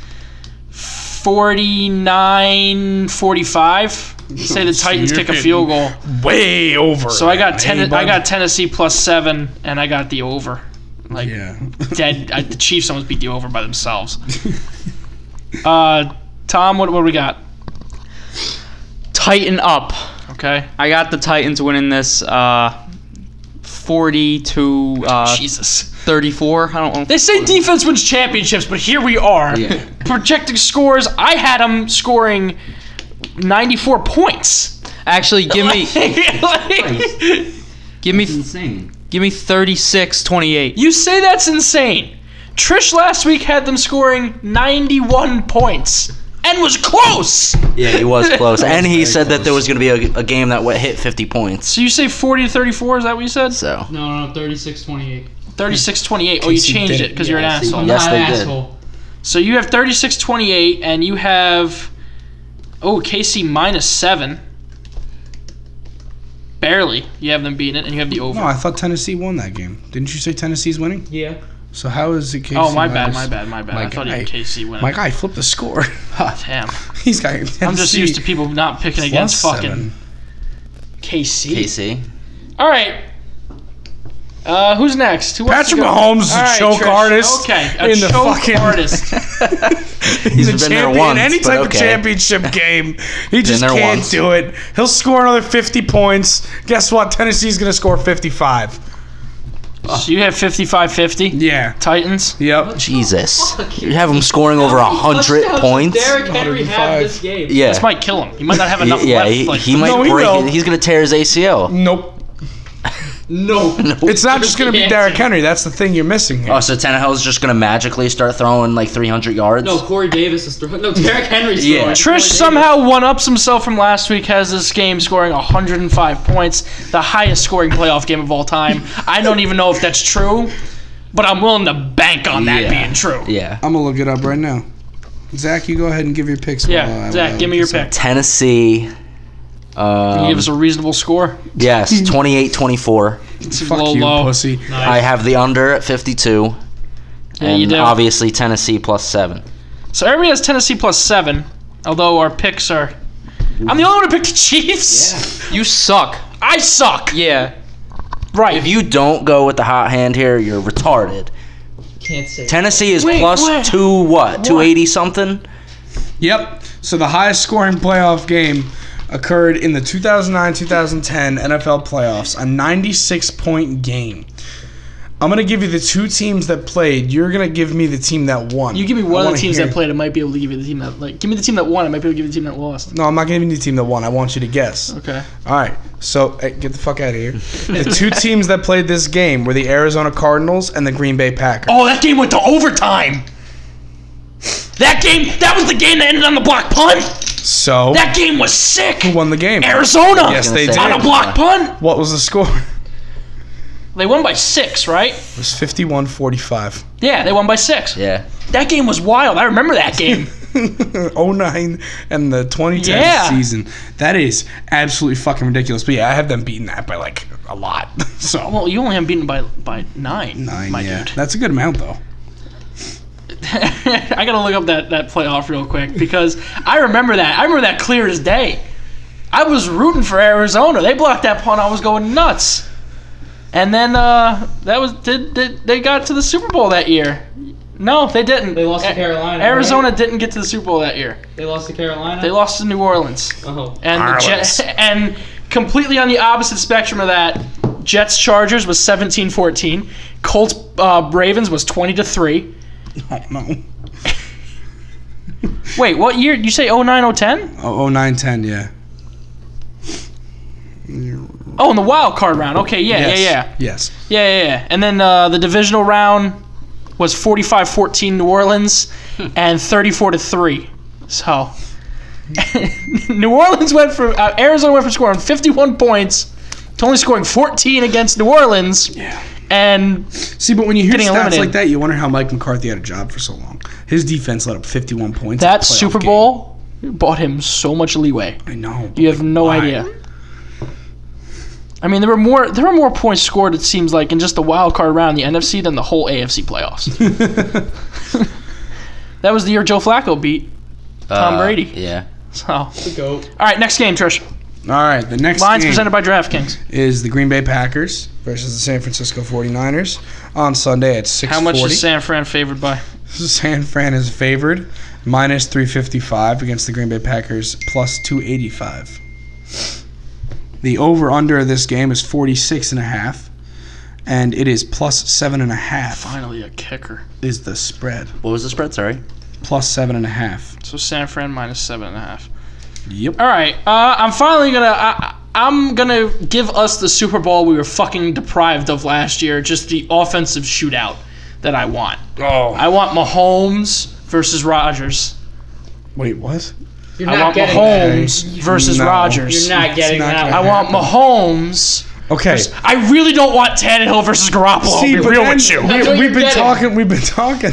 Speaker 1: 49 45. Say the Titans kick a field goal.
Speaker 3: way over.
Speaker 1: So I got
Speaker 3: ten.
Speaker 1: ten- I got Tennessee plus seven, and I got the over. Like
Speaker 3: Yeah.
Speaker 1: dead. I, the Chiefs almost beat the over by themselves. uh, Tom, what what we got?
Speaker 4: Tighten up.
Speaker 1: Okay,
Speaker 4: I got the Titans winning this uh, 40 to uh,
Speaker 1: Jesus.
Speaker 4: 34. I don't know.
Speaker 1: They say defense wins championships, but here we are
Speaker 2: Yeah.
Speaker 1: projecting scores. I had them scoring ninety-four points.
Speaker 4: Actually, give me
Speaker 1: Like,
Speaker 4: give me
Speaker 2: Insane.
Speaker 4: give me 36 28.
Speaker 1: you say that's insane. Trish last week had them scoring ninety-one points and was close.
Speaker 2: Yeah, he was close, and he said that there was going to be a, a game that w- hit 50 points.
Speaker 1: So you say 40 to 34? Is that what you said?
Speaker 2: So
Speaker 4: No, no, 36 28.
Speaker 1: 36 28. Oh, you
Speaker 3: Casey
Speaker 1: changed
Speaker 3: did
Speaker 1: it
Speaker 3: it.
Speaker 1: because you're an
Speaker 3: Yeah, I see.
Speaker 1: asshole.
Speaker 2: Oh, Yes, they did.
Speaker 1: So you have 36 28, and you have. Oh, KC minus 7. Barely. You have them beating it, and you have the over.
Speaker 3: No, I thought Tennessee won that game. Didn't you say Tennessee's winning?
Speaker 4: Yeah.
Speaker 3: So how is it? KC
Speaker 1: oh, my bad,
Speaker 3: minus-
Speaker 1: my bad, my bad.
Speaker 3: My
Speaker 1: I thought you
Speaker 3: guy.
Speaker 1: had KC winning.
Speaker 3: My guy flipped the score.
Speaker 1: Damn.
Speaker 3: He's got. Tennessee
Speaker 1: I'm just used to people not picking
Speaker 3: plus
Speaker 1: against fucking
Speaker 3: seven.
Speaker 1: KC.
Speaker 2: KC,
Speaker 1: All right. Uh, who's next? Who wants to
Speaker 3: Patrick
Speaker 1: go?
Speaker 3: Mahomes is a
Speaker 1: All right,
Speaker 3: choke
Speaker 1: Trish.
Speaker 3: artist
Speaker 1: Okay, a
Speaker 3: in the
Speaker 1: choke
Speaker 3: fucking-
Speaker 1: artist.
Speaker 3: He's a
Speaker 2: been there
Speaker 3: champion.
Speaker 2: once,
Speaker 3: Any
Speaker 2: but
Speaker 3: type
Speaker 2: okay.
Speaker 3: of championship game, he just
Speaker 2: there
Speaker 3: can't
Speaker 2: once.
Speaker 3: do it. He'll score another 50 points. Guess what? Tennessee's gonna score 55.
Speaker 1: So you have 55 50.
Speaker 3: Yeah.
Speaker 1: Titans.
Speaker 3: Yep.
Speaker 2: Jesus, you have him scoring over 100 points.
Speaker 4: Henry
Speaker 3: have this
Speaker 4: game.
Speaker 2: Yeah,
Speaker 1: This might kill him. He might not have
Speaker 2: Y-
Speaker 1: enough
Speaker 2: yeah,
Speaker 1: left.
Speaker 2: he,
Speaker 1: like,
Speaker 2: he might
Speaker 3: No, he
Speaker 2: break.
Speaker 3: will.
Speaker 2: it. He's going to tear his ACL.
Speaker 3: Nope.
Speaker 4: No.
Speaker 3: It's not just gonna be
Speaker 1: Yeah.
Speaker 3: Derrick Henry. That's the thing you're missing here.
Speaker 2: Oh, so Tannehill's just going to magically start throwing like 300 yards?
Speaker 4: Oh, Corey Davis is throwing. No, Derek Henry's
Speaker 2: Yeah. throwing.
Speaker 1: Trish somehow one ups himself from last week. Has this game scoring 105 points, the highest scoring playoff game of all time. I don't even know if that's true, but I'm willing to bank on that
Speaker 2: Yeah.
Speaker 1: being true.
Speaker 2: Yeah.
Speaker 3: I'm gonna look it up right now. Zach, you go ahead and give your picks. while
Speaker 1: Yeah,
Speaker 3: I-
Speaker 1: Zach,
Speaker 3: while I
Speaker 1: give me your
Speaker 3: look this up.
Speaker 1: pick.
Speaker 2: Tennessee.
Speaker 1: Can you give us
Speaker 2: Um,
Speaker 1: a reasonable score?
Speaker 2: yes, 28 24.
Speaker 1: It's
Speaker 3: Fuck
Speaker 1: low,
Speaker 3: you,
Speaker 1: low.
Speaker 3: pussy.
Speaker 2: I have the under at 52.
Speaker 1: Yeah,
Speaker 2: and
Speaker 1: you do.
Speaker 2: obviously Tennessee plus seven.
Speaker 1: So everybody has Tennessee plus seven, although our picks are. I'm the only one who picked the Chiefs.
Speaker 4: You suck.
Speaker 1: I suck.
Speaker 4: Yeah.
Speaker 1: Right.
Speaker 2: If you don't go with the hot hand here, you're retarded.
Speaker 4: Can't say.
Speaker 2: Tennessee is
Speaker 1: Wait,
Speaker 2: plus
Speaker 1: what?
Speaker 2: two what? Two eighty something?
Speaker 3: Yep. So the highest scoring playoff game occurred in the 2009-2010 NFL playoffs, a 96-point game. I'm gonna give you the two teams that played. You're gonna give me the team that won.
Speaker 1: You give me
Speaker 3: I
Speaker 1: one of
Speaker 3: wanna
Speaker 1: the teams
Speaker 3: hear-
Speaker 1: that played, I might be able to give you the team that like. Give me the team that won, I might be able to give you the team that lost.
Speaker 3: No, I'm not giving you the team that won. I want you to guess.
Speaker 1: Okay.
Speaker 3: All right. So eh, get the fuck out of here. the two teams that played this game were the Arizona Cardinals and the Green Bay Packers.
Speaker 1: Oh, that game went to overtime. That game, that was the game that ended on the block punt.
Speaker 3: So
Speaker 1: That game was sick.
Speaker 3: who won the game?
Speaker 1: Arizona
Speaker 3: Yes, they
Speaker 2: I was
Speaker 3: did.
Speaker 2: gonna
Speaker 1: on a block punt.
Speaker 3: What was the score? It
Speaker 1: They won by six, right?
Speaker 3: was 51-45.
Speaker 1: Yeah, they won by six.
Speaker 2: Yeah.
Speaker 1: That game was wild. I remember that game.
Speaker 3: 09 and the 2010
Speaker 1: Yeah.
Speaker 3: season. That is absolutely fucking ridiculous. But yeah, I have them beating that by like a lot. So
Speaker 1: well, you only have beaten by by nine.
Speaker 3: nine,
Speaker 1: my
Speaker 3: yeah.
Speaker 1: dude.
Speaker 3: That's a good amount though.
Speaker 1: I gotta look up that that playoff real quick because I remember that. I remember that clear as day. I was rooting for Arizona. They blocked that punt. I was going nuts. And then uh, that was did, did they got to the Super Bowl that year? No, they didn't.
Speaker 4: They lost to Carolina,
Speaker 1: Arizona didn't get to the Super Bowl that year.
Speaker 4: They lost to Carolina.
Speaker 1: They lost to New Orleans.
Speaker 4: Oh.
Speaker 1: And the Jets, and completely on the opposite spectrum of that, Jets Chargers was 17-14. Colts Oh, uh, Ravens was 20 to 3.
Speaker 3: Oh no.
Speaker 1: Wait, what year? You say 09, 010?
Speaker 3: Oh, oh, 09 10, yeah.
Speaker 1: Oh, in the wild card round. Okay, yeah,
Speaker 3: yes.
Speaker 1: yeah, yeah.
Speaker 3: Yes.
Speaker 1: Yeah, yeah, yeah. And then uh, the divisional round was 45 14 New Orleans
Speaker 3: Hmm.
Speaker 1: and 34 to 3. So New Orleans went from uh, Arizona went from scoring 51 points to only scoring 14 against New Orleans. Yeah. And
Speaker 3: See, but when you hear
Speaker 1: Getting
Speaker 3: stats
Speaker 1: eliminated.
Speaker 3: like that, you wonder how Mike McCarthy had a job for so long. His defense let up 51 points. in
Speaker 1: that
Speaker 3: the playoff
Speaker 1: Super
Speaker 3: game.
Speaker 1: Bowl bought him so much leeway.
Speaker 3: I know.
Speaker 1: You have no
Speaker 3: Why?
Speaker 1: idea. I mean, there were more there were more points scored. It seems like in just the wild card round, the NFC than the whole AFC playoffs. that was the year Joe Flacco beat. Tom
Speaker 2: Uh,
Speaker 1: Brady.
Speaker 2: Yeah.
Speaker 1: So, all right, next game, Trish.
Speaker 3: All right, the next
Speaker 1: Lines
Speaker 3: game
Speaker 1: presented by DraftKings.
Speaker 3: is the Green Bay Packers versus the San Francisco 49ers on Sunday at 6:40.
Speaker 1: How much is San Fran favored by?
Speaker 3: San Fran is favored minus 355 against the Green Bay Packers plus 285. The over under of this game is 46 and a half and it is plus seven and a half
Speaker 1: Finally, a kicker.
Speaker 3: is the spread
Speaker 2: What was the spread? Sorry.
Speaker 3: plus seven and a half
Speaker 1: So San Fran minus seven and a half.
Speaker 3: yep
Speaker 1: All right, uh, I'm finally gonna. I, I'm gonna give us the Super Bowl we were fucking deprived of last year. Just the offensive shootout that I want.
Speaker 3: oh
Speaker 1: I want Mahomes versus Rogers.
Speaker 3: wait what
Speaker 4: You're
Speaker 1: I want Mahomes versus
Speaker 3: No.
Speaker 1: Rodgers.
Speaker 4: You're not getting
Speaker 3: not
Speaker 4: that.
Speaker 1: I
Speaker 4: one.
Speaker 1: want Mahomes.
Speaker 3: okay
Speaker 1: I really don't want Tannehill versus Garoppolo.
Speaker 3: See,
Speaker 1: I'll be
Speaker 3: but
Speaker 1: real
Speaker 3: then-
Speaker 1: with you.
Speaker 3: we-
Speaker 4: That's what
Speaker 3: we've
Speaker 4: you're
Speaker 3: been
Speaker 4: getting.
Speaker 3: talking we've been talking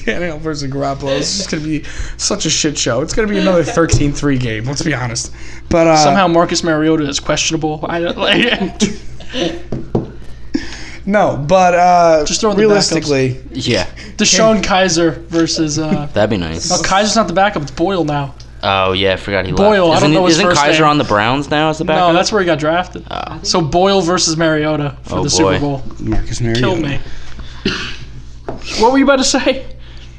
Speaker 3: Tannehill versus Garoppolo this is gonna be such a shit show it's gonna be another 13-3 game let's be honest but uh,
Speaker 1: Somehow Marcus Mariota is questionable. I don't, like,
Speaker 3: No, but uh,
Speaker 1: Just throw in the
Speaker 3: realistically,
Speaker 2: Yeah.
Speaker 1: Deshaun Kaiser versus uh,
Speaker 2: That'd be nice.
Speaker 1: no, Kaiser's not the backup. It's Boyle now.
Speaker 2: Oh yeah, I forgot he
Speaker 1: Boyle, I
Speaker 2: left.
Speaker 1: don't
Speaker 2: Isn't,
Speaker 1: know his
Speaker 2: isn't
Speaker 1: first
Speaker 2: Kaiser
Speaker 1: name.
Speaker 2: on the Browns now as the backup?
Speaker 1: No, that's where he got drafted.
Speaker 2: Oh.
Speaker 1: So Boyle versus Mariota for
Speaker 2: Oh,
Speaker 1: the Super
Speaker 2: boy.
Speaker 1: Bowl.
Speaker 3: Marcus Mariota.
Speaker 1: Kill me. what were you about to say?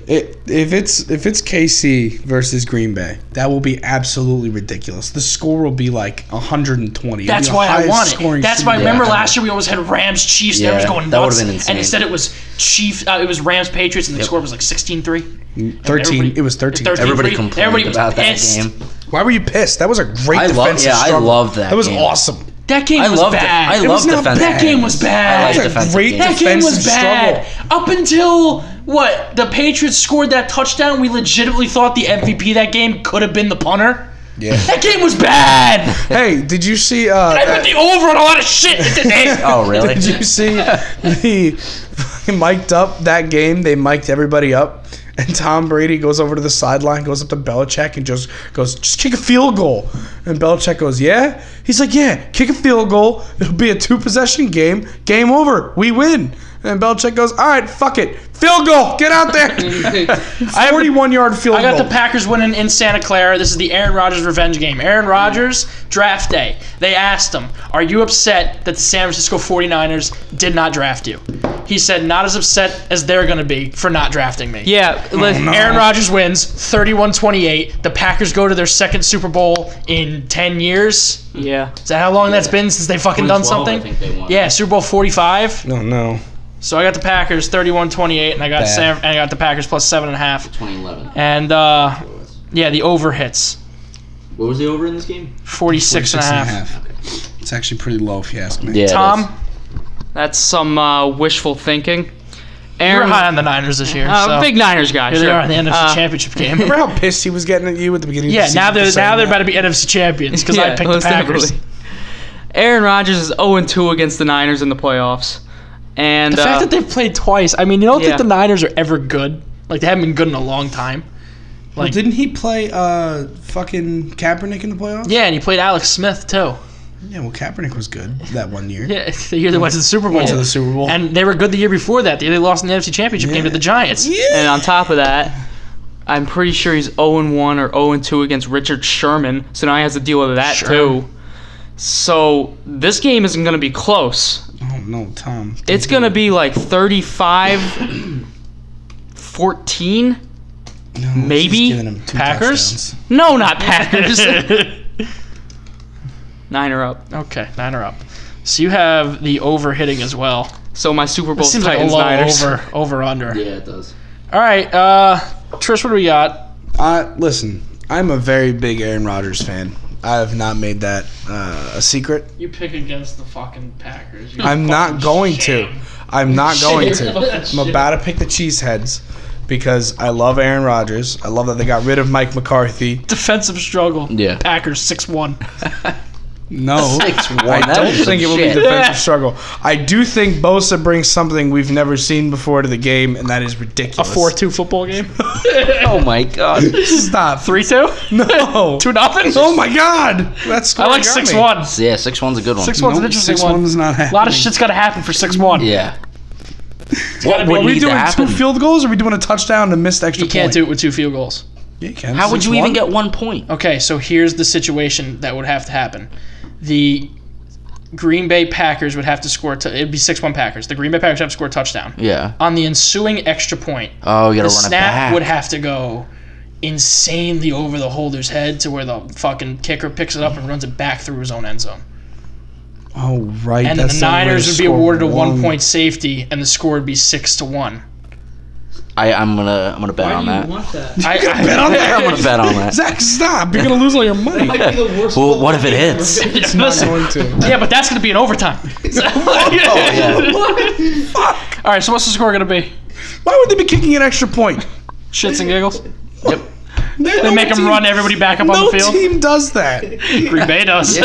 Speaker 3: It, if it's if it's KC versus Green Bay, that will be absolutely ridiculous. The score will be like 120. It'll
Speaker 1: That's
Speaker 3: be the
Speaker 1: why I
Speaker 3: highest
Speaker 1: want it.
Speaker 3: scoring
Speaker 1: That's
Speaker 3: Super
Speaker 1: why.
Speaker 3: Bowl
Speaker 1: Remember
Speaker 3: ever.
Speaker 1: last year we almost had Rams Chiefs. Yeah,
Speaker 2: Yeah,
Speaker 1: was going
Speaker 2: that would've
Speaker 1: nuts.
Speaker 2: been insane.
Speaker 1: And instead it was Chief. Uh, it was Rams Patriots, and the score was like 16-3.
Speaker 3: 13.
Speaker 1: Everybody-
Speaker 3: It was 13.
Speaker 1: 13.
Speaker 2: Everybody
Speaker 1: Everybody-
Speaker 2: complained
Speaker 1: everybody was
Speaker 2: about that
Speaker 1: pissed.
Speaker 2: game.
Speaker 3: Why were you pissed? That was a great
Speaker 2: I love-
Speaker 3: defensive
Speaker 2: yeah, I
Speaker 3: struggle.
Speaker 2: love that
Speaker 3: That was
Speaker 2: game.
Speaker 3: awesome.
Speaker 1: That game
Speaker 2: I
Speaker 1: was
Speaker 2: loved it.
Speaker 1: bad.
Speaker 2: I
Speaker 1: It
Speaker 2: loved
Speaker 1: was not-
Speaker 2: defensive
Speaker 1: That game was
Speaker 2: games.
Speaker 1: bad.
Speaker 2: I liked
Speaker 3: That was a
Speaker 2: defensive
Speaker 3: great
Speaker 2: games.
Speaker 1: That game was
Speaker 3: defensive
Speaker 1: bad.
Speaker 3: struggle.
Speaker 1: Up until what the Patriots scored that touchdown, we legitimately thought the MVP that game could have been the punter.
Speaker 3: Yeah.
Speaker 1: That game was bad.
Speaker 3: hey, did you see? Uh,
Speaker 1: I bet the over on a lot of shit. that didn't hit.
Speaker 2: Oh really?
Speaker 3: Did you see the fucking mic'd up that game? They mic'd everybody up, and Tom Brady goes over to the sideline, goes up to Belichick, and just goes, "Just kick a field goal." And Belichick goes, "Yeah." He's like, "Yeah, kick a field goal. It'll be a two possession game. Game over. We win." And Belichick goes, "All right, fuck it, field goal. Get out there." Forty-one yard field
Speaker 1: I got
Speaker 3: goal.
Speaker 1: the Packers winning in Santa Clara. This is the Aaron Rodgers revenge game. Aaron Rodgers, draft day. They asked him, Are you upset that the San Francisco 49ers did not draft you? He said, Not as upset as they're going to be for not drafting me.
Speaker 4: Yeah,
Speaker 2: Oh,
Speaker 4: listen,
Speaker 1: Aaron Rodgers wins 31 28. The Packers go to their second Super Bowl in 10 years.
Speaker 4: Yeah.
Speaker 1: Is that how long that's been since they've fucking done something? Yeah, Super Bowl 45.
Speaker 3: no, Oh, no.
Speaker 1: So I got the Packers 31-28, and I got
Speaker 3: Bad.
Speaker 1: Sam, and I got the Packers plus seven and a half. 2011. And uh, yeah, the over hits
Speaker 5: What was the over in this game?
Speaker 1: 46, and a half.
Speaker 3: It's actually pretty low, if you ask me.
Speaker 2: Yeah, it is.
Speaker 1: Tom,
Speaker 4: That's some uh, wishful thinking.
Speaker 1: you're
Speaker 4: Aaron,
Speaker 1: high on the Niners this year.
Speaker 4: uh,
Speaker 1: so
Speaker 4: big Niners guy.
Speaker 1: Here they
Speaker 4: sure.
Speaker 1: are in the NFC
Speaker 4: Uh,
Speaker 1: Championship game.
Speaker 3: Remember how pissed he was getting at you at the beginning?
Speaker 1: yeah,
Speaker 3: of the
Speaker 1: now they're
Speaker 3: season for
Speaker 1: now they're
Speaker 3: saying that?
Speaker 1: about to be NFC champions because I
Speaker 4: yeah,
Speaker 1: picked the
Speaker 4: most
Speaker 1: Packers.
Speaker 4: definitely. Aaron Rodgers is 0-2 against the Niners in the playoffs, and
Speaker 1: The fact
Speaker 4: uh,
Speaker 1: that they've played twice, I mean, you don't
Speaker 4: Yeah.
Speaker 1: think the Niners are ever good. Like they haven't been good in a long time. Like
Speaker 3: Didn't he play uh fucking Kaepernick in the playoffs?
Speaker 1: yeah, and he played Alex Smith too.
Speaker 3: Yeah, well Kaepernick was good that one year.
Speaker 1: Yeah, the year they went to the Super Bowl.
Speaker 3: to the Super Bowl.
Speaker 1: And they were good the year before that. The year they lost in the NFC Championship game to the Giants.
Speaker 4: and on top of that, I'm pretty sure he's 0-1 or 0-2 against Richard Sherman, so now he has to deal with that
Speaker 1: Sherman.
Speaker 4: too. So this game isn't going to be close.
Speaker 3: Oh no, Tom.
Speaker 4: It's going to be like 35 14.
Speaker 3: No,
Speaker 4: Maybe
Speaker 3: she's giving him two
Speaker 1: Packers?
Speaker 3: touchdowns.
Speaker 4: No, not Packers. Nine are up.
Speaker 1: Okay, nine are up. So you have the over hitting as well.
Speaker 4: So my Super Bowl
Speaker 1: Seems like a
Speaker 4: Titans
Speaker 1: low
Speaker 4: Niners.
Speaker 1: over over under.
Speaker 5: Yeah, it does.
Speaker 1: All right, uh, Trish, what do we got?
Speaker 3: Uh, listen, I'm a very big Aaron Rodgers fan. I have not made that uh, a secret.
Speaker 1: You pick against the fucking Packers.
Speaker 3: I'm not going to. I'm not going to.
Speaker 1: Shit.
Speaker 3: I'm about to pick the cheeseheads because I love Aaron Rodgers. I love that they got rid of Mike McCarthy.
Speaker 1: Defensive struggle.
Speaker 2: Yeah.
Speaker 1: Packers six one.
Speaker 3: No.
Speaker 2: Six one.
Speaker 3: I
Speaker 2: That
Speaker 3: don't
Speaker 2: was some
Speaker 3: think it will be
Speaker 2: shit.
Speaker 3: defensive struggle. I do think Bosa brings something we've never seen before to the game, and that is
Speaker 1: A
Speaker 3: ridiculous.
Speaker 1: four two football game.
Speaker 2: Oh my god.
Speaker 3: Stop.
Speaker 1: Three two.
Speaker 3: No.
Speaker 1: Two nothing.
Speaker 3: Oh my God. That's
Speaker 1: I like six one.
Speaker 2: Yeah, six one's a good one.
Speaker 1: Six one's an
Speaker 3: Nope,
Speaker 1: interesting
Speaker 3: six
Speaker 1: one.
Speaker 3: one's not happening.
Speaker 1: A lot of shit's gotta happen for six one.
Speaker 2: Yeah.
Speaker 1: gotta
Speaker 2: What
Speaker 1: be-
Speaker 2: would
Speaker 3: Are we
Speaker 2: need to
Speaker 3: doing
Speaker 2: happen?
Speaker 3: two field goals? Or are we doing a touchdown to missed
Speaker 1: You
Speaker 3: extra point?
Speaker 1: can't do it with two field goals.
Speaker 3: Yeah, you can.
Speaker 2: How would you even
Speaker 3: 6-1?
Speaker 2: get one point?
Speaker 1: Okay, so here's the situation that would have to happen. The Green Bay Packers would have to score. T- it'd be six-one Packers. The Green Bay Packers have to score a touchdown
Speaker 2: Yeah.
Speaker 1: on the ensuing extra point.
Speaker 2: Oh, you
Speaker 1: The
Speaker 2: gotta run it
Speaker 1: snap
Speaker 2: back.
Speaker 1: would have to go insanely over the holder's head to where the fucking kicker picks it up and runs it back through his own end zone.
Speaker 3: Oh right.
Speaker 1: And then
Speaker 3: that's
Speaker 1: the
Speaker 3: only way
Speaker 1: Niners
Speaker 3: to
Speaker 1: would be
Speaker 3: score
Speaker 1: awarded a one-point safety, and the score would be six to one.
Speaker 2: I, I'm gonna I'm gonna bet on that.
Speaker 5: want that?
Speaker 1: I, I
Speaker 3: bet on that?
Speaker 2: I'm gonna bet on that.
Speaker 3: Zach, stop! You're gonna lose all your money.
Speaker 5: Might be the worst
Speaker 2: Well, what if it hits?
Speaker 1: It's
Speaker 3: I'm going to.
Speaker 1: Yeah, but that's gonna be an overtime.
Speaker 3: Fuck!
Speaker 1: All right, so what's the score gonna be?
Speaker 3: Why would they be kicking an extra point?
Speaker 1: Shits and giggles.
Speaker 2: Yep.
Speaker 3: They
Speaker 1: They make them run everybody back up on the
Speaker 3: No
Speaker 1: field.
Speaker 3: team does that.
Speaker 1: Green Bay does.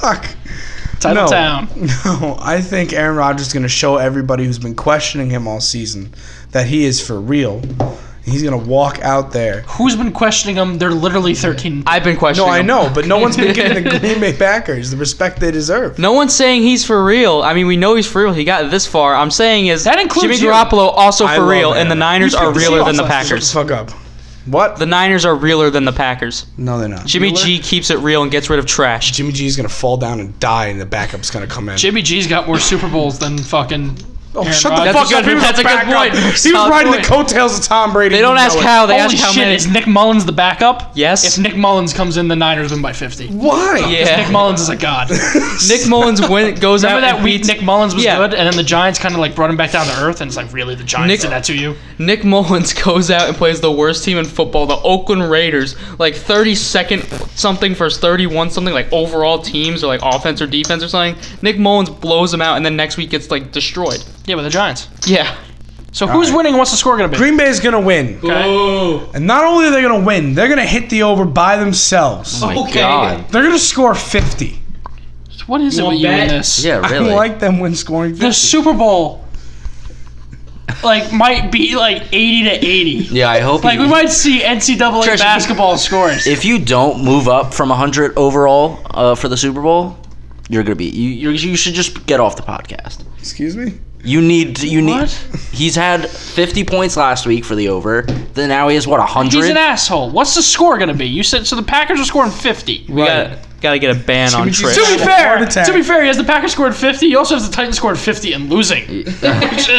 Speaker 3: Fuck.
Speaker 1: Title
Speaker 3: No.
Speaker 1: town.
Speaker 3: No, I think Aaron Rodgers is going to show everybody who's been questioning him all season that he is for real. He's going to walk out there.
Speaker 1: Who's been questioning them? They're literally 13.
Speaker 4: I've been
Speaker 3: No,
Speaker 4: questioning.
Speaker 3: I
Speaker 4: him.
Speaker 3: know, but no one's been giving the Green Bay Packers the respect they deserve.
Speaker 4: No one's saying he's for real. I mean, we know he's for real. He got this far. I'm saying is
Speaker 1: That includes
Speaker 4: Jimmy
Speaker 1: you.
Speaker 4: Garoppolo also
Speaker 3: I
Speaker 4: for
Speaker 3: love
Speaker 4: real,
Speaker 3: Aaron.
Speaker 4: and the Niners
Speaker 3: You picked
Speaker 4: are realer than the
Speaker 3: Seahawks.
Speaker 4: Packers.
Speaker 3: Shut the fuck up. What?
Speaker 4: The Niners are realer than the Packers.
Speaker 3: No, they're not.
Speaker 4: Jimmy G keeps it real and gets rid of trash.
Speaker 3: Jimmy G is going to fall down and die, and the backup's going to come in.
Speaker 1: Jimmy G's got more Super Bowls than fucking.
Speaker 3: oh,
Speaker 1: Aaron
Speaker 3: shut the
Speaker 1: Rodgers.
Speaker 3: fuck
Speaker 1: That's a
Speaker 3: up.
Speaker 1: good-
Speaker 3: He was
Speaker 1: that's a good
Speaker 3: backup.
Speaker 1: point.
Speaker 3: He was
Speaker 1: Solid
Speaker 3: riding
Speaker 1: point.
Speaker 3: the coattails of Tom Brady.
Speaker 4: They don't
Speaker 3: You
Speaker 4: ask
Speaker 3: know it.
Speaker 4: how. They
Speaker 1: Holy
Speaker 4: ask how
Speaker 1: shit,
Speaker 4: many.
Speaker 1: is Nick Mullins the backup?
Speaker 4: Yes.
Speaker 1: If Nick Mullins comes in, the Niners win by 50.
Speaker 3: Why?
Speaker 4: yeah.
Speaker 1: Nick Mullins is a god. Remember
Speaker 4: Nick Mullins win, goes out
Speaker 1: that
Speaker 4: and
Speaker 1: week
Speaker 4: beats
Speaker 1: Nick Mullins was
Speaker 4: Yeah.
Speaker 1: good, and then the Giants kind of like brought him back down to earth, and it's like, really, the Giants
Speaker 4: Nick-
Speaker 1: did that to you?
Speaker 4: Nick Mullins goes out and plays the worst team in football, the Oakland Raiders, like 32nd something versus 31 something, like overall teams or like offense or defense or something. Nick Mullins blows them out, and then next week gets like destroyed.
Speaker 1: Yeah, but the Giants.
Speaker 4: Yeah.
Speaker 1: So who's
Speaker 3: right.
Speaker 1: winning? and What's the score gonna be?
Speaker 3: Green Bay's going to win.
Speaker 5: Oh,
Speaker 3: And not only are they going to win, they're going to hit the over by themselves.
Speaker 2: Oh my
Speaker 5: Okay.
Speaker 2: god.
Speaker 3: They're going to score 50.
Speaker 1: what is it
Speaker 5: Well,
Speaker 1: with you in
Speaker 5: bet-
Speaker 1: this?
Speaker 2: Yeah,
Speaker 3: I
Speaker 2: really.
Speaker 3: like them when scoring
Speaker 1: the
Speaker 3: 50.
Speaker 1: Super Bowl like might be like 80 to 80.
Speaker 2: yeah, I hope
Speaker 1: Like
Speaker 2: you,
Speaker 1: we might see NCAA
Speaker 2: Trish,
Speaker 1: basketball scores.
Speaker 2: if you don't move up from 100 overall uh, for the Super Bowl, you're gonna be you. You're, you should just get off the podcast.
Speaker 3: Excuse me?
Speaker 2: You need you need.
Speaker 1: What?
Speaker 2: He's had 50 points last week for the over. Then now he has what 100.
Speaker 1: He's an asshole. What's the score going to be? You said so. The Packers are scoring 50.
Speaker 4: We gotta, gotta get a ban on
Speaker 3: Jimmy G-
Speaker 4: Trish.
Speaker 1: To be
Speaker 3: Heart
Speaker 1: fair,
Speaker 3: attack.
Speaker 1: to be fair, he has the Packers scored 50. He also has the Titans scored 50 and losing.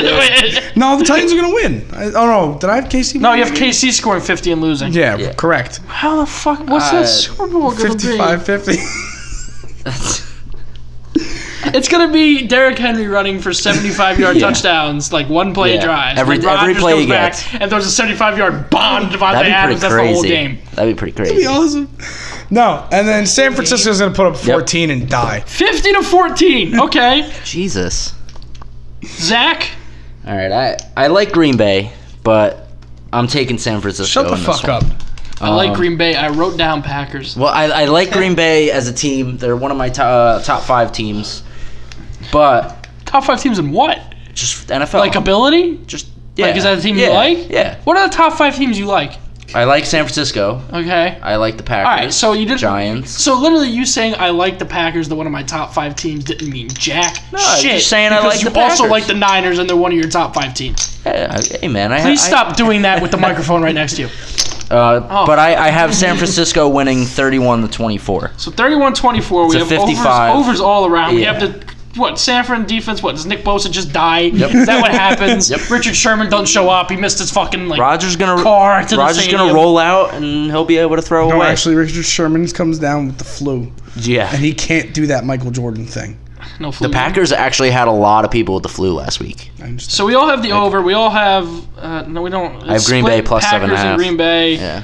Speaker 3: No, the Titans are going to win. I, oh, no. Did I have KC?
Speaker 1: no, you have KC scoring 50 and losing.
Speaker 3: Yeah, correct.
Speaker 1: How the fuck? What's
Speaker 2: Uh,
Speaker 1: that Super Bowl going to be?
Speaker 3: 55 50.
Speaker 1: It's going to be Derrick Henry running for 75 yard
Speaker 2: Yeah.
Speaker 1: touchdowns, like one play
Speaker 2: Yeah.
Speaker 1: drives.
Speaker 2: Every-
Speaker 1: Then
Speaker 2: every
Speaker 1: Rodgers
Speaker 2: play
Speaker 1: goes
Speaker 2: he
Speaker 1: back
Speaker 2: gets.
Speaker 1: and throws a 75 yard bomb to Devontae
Speaker 2: That'd be pretty
Speaker 1: Adams. That's the whole
Speaker 2: crazy.
Speaker 1: game.
Speaker 2: That'd be pretty
Speaker 3: That'd be
Speaker 2: crazy.
Speaker 3: awesome. No, and then San Francisco's going to put up 14 and die.
Speaker 1: 50 to 14. Okay.
Speaker 2: Jesus.
Speaker 1: Zach.
Speaker 2: All right, I I like Green Bay, but I'm taking San Francisco.
Speaker 3: Shut the
Speaker 2: in this
Speaker 3: fuck
Speaker 2: one.
Speaker 3: up.
Speaker 1: I like
Speaker 2: Um,
Speaker 1: Green Bay. I wrote down Packers.
Speaker 2: Well, I, I like Green Bay as a team. They're one of my to, uh, top five teams, but
Speaker 1: Top five teams in what?
Speaker 2: just NFL.
Speaker 1: Like ability?
Speaker 2: just
Speaker 1: Like, is that a team you
Speaker 2: Yeah,
Speaker 1: like?
Speaker 2: Yeah,
Speaker 1: What are the top five teams you like?
Speaker 2: I like San Francisco.
Speaker 1: Okay.
Speaker 2: I like the Packers.
Speaker 1: All right. So you didn't.
Speaker 2: Giants.
Speaker 1: So literally, you saying I like the Packers, they're one of my top five teams, didn't mean jack
Speaker 2: I was
Speaker 1: shit.
Speaker 2: just saying I
Speaker 1: because
Speaker 2: like
Speaker 1: you
Speaker 2: the
Speaker 1: also
Speaker 2: Packers.
Speaker 1: like the Niners, and they're one of your top five teams.
Speaker 2: Yeah, I- hey man, I
Speaker 1: Please
Speaker 2: I-
Speaker 1: stop doing that with the microphone right next to you.
Speaker 2: Uh,
Speaker 1: Oh.
Speaker 2: But I, I have San Francisco winning 31 to 24.
Speaker 1: So 31-24, we
Speaker 2: It's a
Speaker 1: have overs,
Speaker 2: 55.
Speaker 1: overs all around.
Speaker 2: Yeah.
Speaker 1: We have the what San Fran defense? What does Nick Bosa just die? Is that what happens?
Speaker 2: Yep.
Speaker 1: Richard Sherman doesn't show up. He missed his fucking like
Speaker 2: Rogers gonna
Speaker 1: car to the
Speaker 2: Rogers gonna
Speaker 1: stadium.
Speaker 2: roll out and he'll be able to throw
Speaker 3: No,
Speaker 2: away.
Speaker 3: Oh, actually, Richard Sherman comes down with the flu, and
Speaker 2: yeah.
Speaker 3: he can't do that Michael Jordan thing.
Speaker 1: no
Speaker 2: The
Speaker 1: flu.
Speaker 2: Packers actually had a lot of people with the flu last week.
Speaker 3: I understand.
Speaker 1: So we all have the over. We all have uh, no, we don't.
Speaker 2: I have Green Bay plus
Speaker 1: Packers
Speaker 2: seven and a half.
Speaker 1: Green Bay.
Speaker 2: Yeah.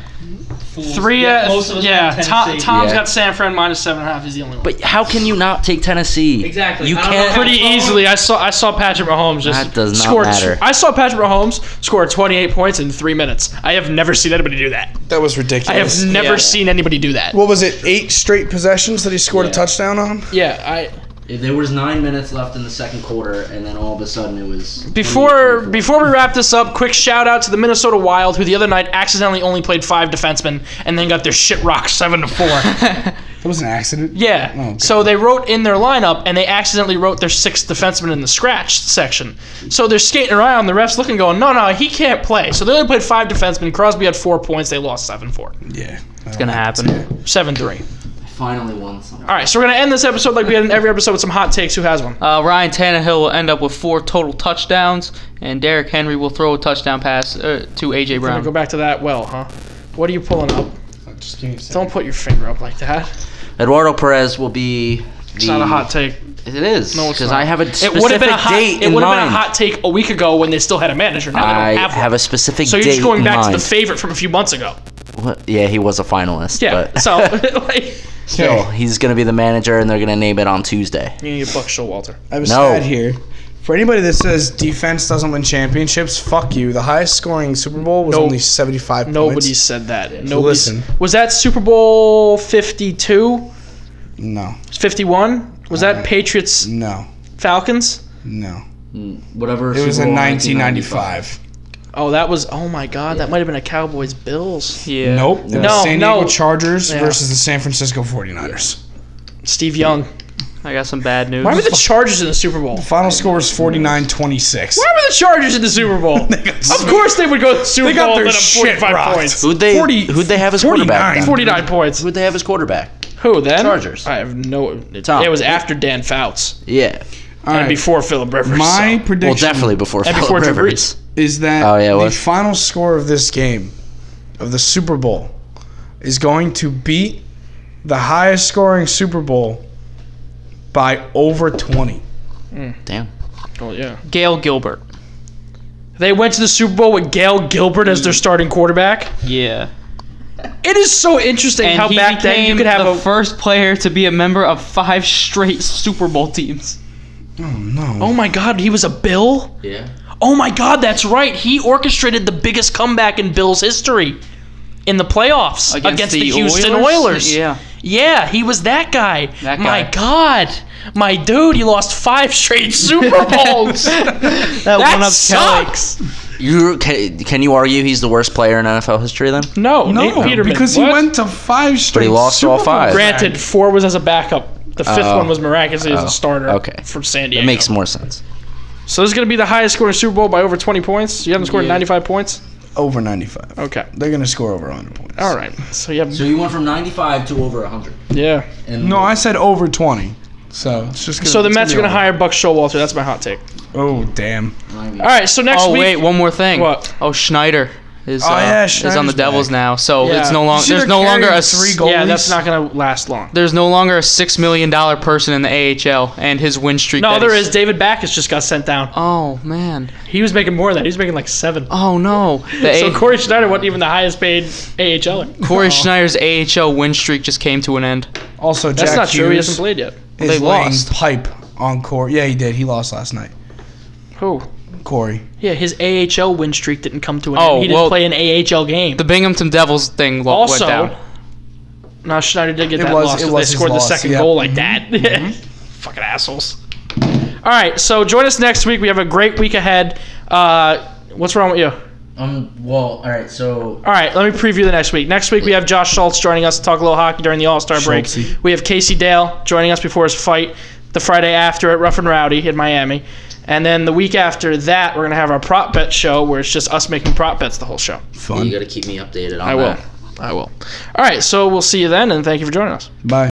Speaker 4: fools.
Speaker 1: Three,
Speaker 4: Yet
Speaker 1: uh,
Speaker 4: most of us
Speaker 1: yeah.
Speaker 4: have
Speaker 1: Tom,
Speaker 4: Tennessee.
Speaker 1: Tom's
Speaker 2: Yeah.
Speaker 1: got San Fran minus seven and a half. He's the only one.
Speaker 2: But how can you not take Tennessee?
Speaker 4: Exactly.
Speaker 2: You
Speaker 4: I don't
Speaker 2: can't.
Speaker 4: know how-
Speaker 1: pretty easily. I saw I saw Patrick Mahomes just
Speaker 2: That does not
Speaker 1: score.
Speaker 2: matter.
Speaker 1: I saw Patrick Mahomes score 28 points in three minutes. I have never seen anybody do that.
Speaker 3: That was
Speaker 1: I have
Speaker 3: ridiculous.
Speaker 1: never
Speaker 4: Yeah.
Speaker 1: seen anybody do that.
Speaker 3: what was it? Eight straight possessions that he scored a
Speaker 2: Yeah.
Speaker 3: touchdown on.
Speaker 1: yeah, I
Speaker 2: If there was nine minutes left in the second quarter, and then all of a sudden it was
Speaker 1: before before we wrap this up, quick shout out to the Minnesota Wild, who the other night accidentally only played five defensemen and then got their shit rocked seven to four.
Speaker 3: That was an accident.
Speaker 1: yeah.
Speaker 3: Oh, God.
Speaker 1: So they wrote in their lineup and they accidentally wrote their sixth defenseman in the scratch section. So they're skating around, the refs looking, going, no, no, he can't play. So they only played five defensemen. Crosby had four points. They lost seven four.
Speaker 3: Yeah. It's
Speaker 4: gonna happen.
Speaker 1: Seven three.
Speaker 2: finally won something.
Speaker 1: All right, so we're gonna end this episode like we end every episode with some hot takes. Who has one?
Speaker 4: Uh, Ryan Tannehill will end up with four total touchdowns, and Derrick Henry will throw a touchdown pass uh, to AJ
Speaker 1: I'm gonna go
Speaker 4: Brown.
Speaker 1: back to that well, huh? What are you pulling up?
Speaker 3: Oh, Just give me a second.
Speaker 1: Don't put your finger up like that.
Speaker 2: Eduardo Perez will be.
Speaker 1: It's not a hot take.
Speaker 2: It is.
Speaker 1: No, it's
Speaker 2: because
Speaker 1: not.
Speaker 2: I have a
Speaker 1: It
Speaker 2: specific
Speaker 1: would have been a hot.
Speaker 2: date
Speaker 1: It
Speaker 2: in
Speaker 1: would
Speaker 2: mind.
Speaker 1: have been a hot take a week ago when they still had a manager. Now
Speaker 2: I
Speaker 1: they don't have, one.
Speaker 2: have a specific
Speaker 1: So
Speaker 2: date
Speaker 1: you're just going
Speaker 2: in
Speaker 1: back
Speaker 2: mind.
Speaker 1: to the favorite from a few months ago.
Speaker 2: What- Yeah, he was a finalist.
Speaker 1: Yeah.
Speaker 2: but
Speaker 1: So like,
Speaker 2: still, he's gonna be the manager, and they're gonna name it on Tuesday.
Speaker 1: you need a buck Showalter.
Speaker 3: I have a
Speaker 2: No.
Speaker 3: stat here. For anybody that says defense doesn't win championships, fuck you. The highest scoring Super Bowl was
Speaker 1: No-
Speaker 3: only 75
Speaker 1: Nobody
Speaker 3: points.
Speaker 1: said that. Nobody
Speaker 3: listen.
Speaker 1: was that Super Bowl 52,
Speaker 3: No,
Speaker 1: 51? Was that Patriots
Speaker 3: no,
Speaker 1: Falcons?
Speaker 3: no.
Speaker 5: Whatever.
Speaker 3: It was in 1995.
Speaker 1: Oh, that was. Oh my God, that might have been a Cowboys Bills.
Speaker 4: Yeah.
Speaker 3: Nope. It was
Speaker 1: No,
Speaker 3: San
Speaker 1: no.
Speaker 3: Diego Chargers
Speaker 1: Yeah.
Speaker 3: versus the San Francisco 49ers.
Speaker 1: Steve Young.
Speaker 4: I got some bad news.
Speaker 1: Why were the Chargers in the Super Bowl?
Speaker 3: Final score was 49 26.
Speaker 1: Why were the Chargers in the Super Bowl? of course they would go to the Super
Speaker 3: They got
Speaker 1: Bowl
Speaker 3: their
Speaker 1: and let
Speaker 3: shit
Speaker 1: them 45
Speaker 3: rocked.
Speaker 1: points.
Speaker 2: Who'd they?
Speaker 3: 40
Speaker 2: who'd they have as
Speaker 3: 49.
Speaker 2: quarterback? Then?
Speaker 1: 49 points.
Speaker 2: Who'd they have as quarterback?
Speaker 1: Who then?
Speaker 2: Chargers.
Speaker 1: I have no. It,
Speaker 2: Tom.
Speaker 1: it was after Dan Fouts
Speaker 2: Yeah.
Speaker 3: All
Speaker 1: and before Philip Rivers.
Speaker 3: My
Speaker 1: so.
Speaker 3: prediction
Speaker 2: Well, definitely before
Speaker 1: And
Speaker 2: Philip
Speaker 1: before Drew
Speaker 2: Rivers.
Speaker 3: is that
Speaker 2: Oh, yeah, it
Speaker 3: the
Speaker 2: was.
Speaker 3: final score of this game, of the Super Bowl, is going to beat the highest scoring Super Bowl by over 20.
Speaker 2: Damn.
Speaker 1: Oh, yeah.
Speaker 4: Gail Gilbert.
Speaker 1: They went to the Super Bowl with Gail Gilbert as their starting quarterback.
Speaker 4: Yeah.
Speaker 1: It is so interesting
Speaker 4: And
Speaker 1: how
Speaker 4: he
Speaker 1: back then you
Speaker 4: became
Speaker 1: could have
Speaker 4: the
Speaker 1: a.
Speaker 4: first player to be a member of five straight Super Bowl teams.
Speaker 3: Oh, no.
Speaker 1: oh my God, he was a Bill.
Speaker 2: Yeah.
Speaker 1: Oh my God, that's right. He orchestrated the biggest comeback in Bills history in the playoffs against, the, Houston Oilers.
Speaker 4: Yeah.
Speaker 1: Yeah, he was that guy.
Speaker 4: That
Speaker 1: My
Speaker 4: guy.
Speaker 1: God. My dude, he lost five straight Super Bowls. that
Speaker 4: That, one-up
Speaker 1: sucks.
Speaker 2: You can, can you argue he's the worst player in NFL history then?
Speaker 1: No,
Speaker 3: No,
Speaker 1: Nate Peterman.
Speaker 3: because he
Speaker 1: What?
Speaker 3: went to five straight.
Speaker 2: lost
Speaker 3: Super
Speaker 2: all
Speaker 3: Bowls.
Speaker 2: five.
Speaker 1: Granted, four was as a backup. The fifth
Speaker 2: Oh.
Speaker 1: one was miraculously as
Speaker 2: Oh,
Speaker 1: a starter
Speaker 2: okay.
Speaker 1: for San Diego.
Speaker 2: It makes more sense.
Speaker 1: so this is going to be the highest scoring Super Bowl by over 20 points. You haven't scored
Speaker 4: Yeah.
Speaker 1: 95 points?
Speaker 3: over 95.
Speaker 1: Okay.
Speaker 3: They're going to score over 100 points.
Speaker 1: All right. So you have,
Speaker 2: you went from 95 to over 100.
Speaker 1: yeah.
Speaker 2: And
Speaker 3: No, I said over 20. So it's just gonna,
Speaker 1: So the
Speaker 3: it's
Speaker 1: Mets are
Speaker 3: gonna
Speaker 1: going
Speaker 3: be
Speaker 1: to hire Buck Showalter. That's my hot take.
Speaker 3: over. Oh damn!
Speaker 1: All right, so next
Speaker 4: oh
Speaker 1: week.
Speaker 4: wait, one more thing.
Speaker 1: What?
Speaker 4: Oh Schneider is
Speaker 3: Oh,
Speaker 4: uh,
Speaker 3: yeah,
Speaker 4: is on
Speaker 3: Schneider's
Speaker 4: the Devils
Speaker 3: back.
Speaker 4: now, so
Speaker 1: Yeah.
Speaker 4: it's no
Speaker 3: You
Speaker 4: longer
Speaker 3: see
Speaker 4: there's
Speaker 3: they're
Speaker 4: no longer a
Speaker 3: carrying
Speaker 4: s-
Speaker 3: three goals.
Speaker 1: yeah,
Speaker 3: goalies?
Speaker 1: that's not going to last long.
Speaker 4: there's no longer a six million dollar person in the AHL, and his win streak.
Speaker 1: No,
Speaker 4: that
Speaker 1: there
Speaker 4: he's-
Speaker 1: is. David Backus just got sent down.
Speaker 4: Oh man.
Speaker 1: He was making more than that. He was making like seven.
Speaker 4: Oh no. The
Speaker 1: So
Speaker 4: A-
Speaker 1: Corey Schneider wasn't even the highest paid AHLer.
Speaker 4: Corey Schneider's AHL win streak just came to an end.
Speaker 3: Also,
Speaker 1: That's
Speaker 3: Jack
Speaker 1: not true. He
Speaker 3: Hughes
Speaker 1: hasn't played yet.
Speaker 3: is
Speaker 4: They
Speaker 3: laying
Speaker 4: lost.
Speaker 3: pipe on Corey. Yeah, he did. He lost last night.
Speaker 1: Who?
Speaker 3: Corey.
Speaker 1: Yeah, his AHL win streak didn't come to an
Speaker 4: Oh,
Speaker 1: end. He didn't
Speaker 4: well-
Speaker 1: play an AHL game.
Speaker 4: The Binghamton Devils thing lo-
Speaker 1: also,
Speaker 4: went down.
Speaker 1: no, Schneider did get
Speaker 3: It
Speaker 1: that
Speaker 3: was-
Speaker 1: loss.
Speaker 3: it
Speaker 1: 'cause
Speaker 3: was
Speaker 1: they
Speaker 3: his
Speaker 1: scored
Speaker 3: loss,
Speaker 1: the second
Speaker 3: yep.
Speaker 1: goal like that.
Speaker 4: Mm-hmm.
Speaker 1: Fucking assholes. All right, so join us next week. We have a great week ahead. Uh, what's wrong with you?
Speaker 2: Um. Well. All right. So.
Speaker 1: All right, let me preview the next week. Next week we have Josh Schultz joining us to talk a little hockey during the All Star break.
Speaker 3: Schultzy.
Speaker 1: We have Casey Dale joining us before his fight the Friday after at Rough and Rowdy in Miami, and then the week after that we're gonna have our prop bet show where it's just us making prop bets the whole show.
Speaker 3: Fun.
Speaker 2: gotta keep me updated on
Speaker 1: I will. I will. All right, so we'll see you then, and thank you for joining us.
Speaker 3: Bye.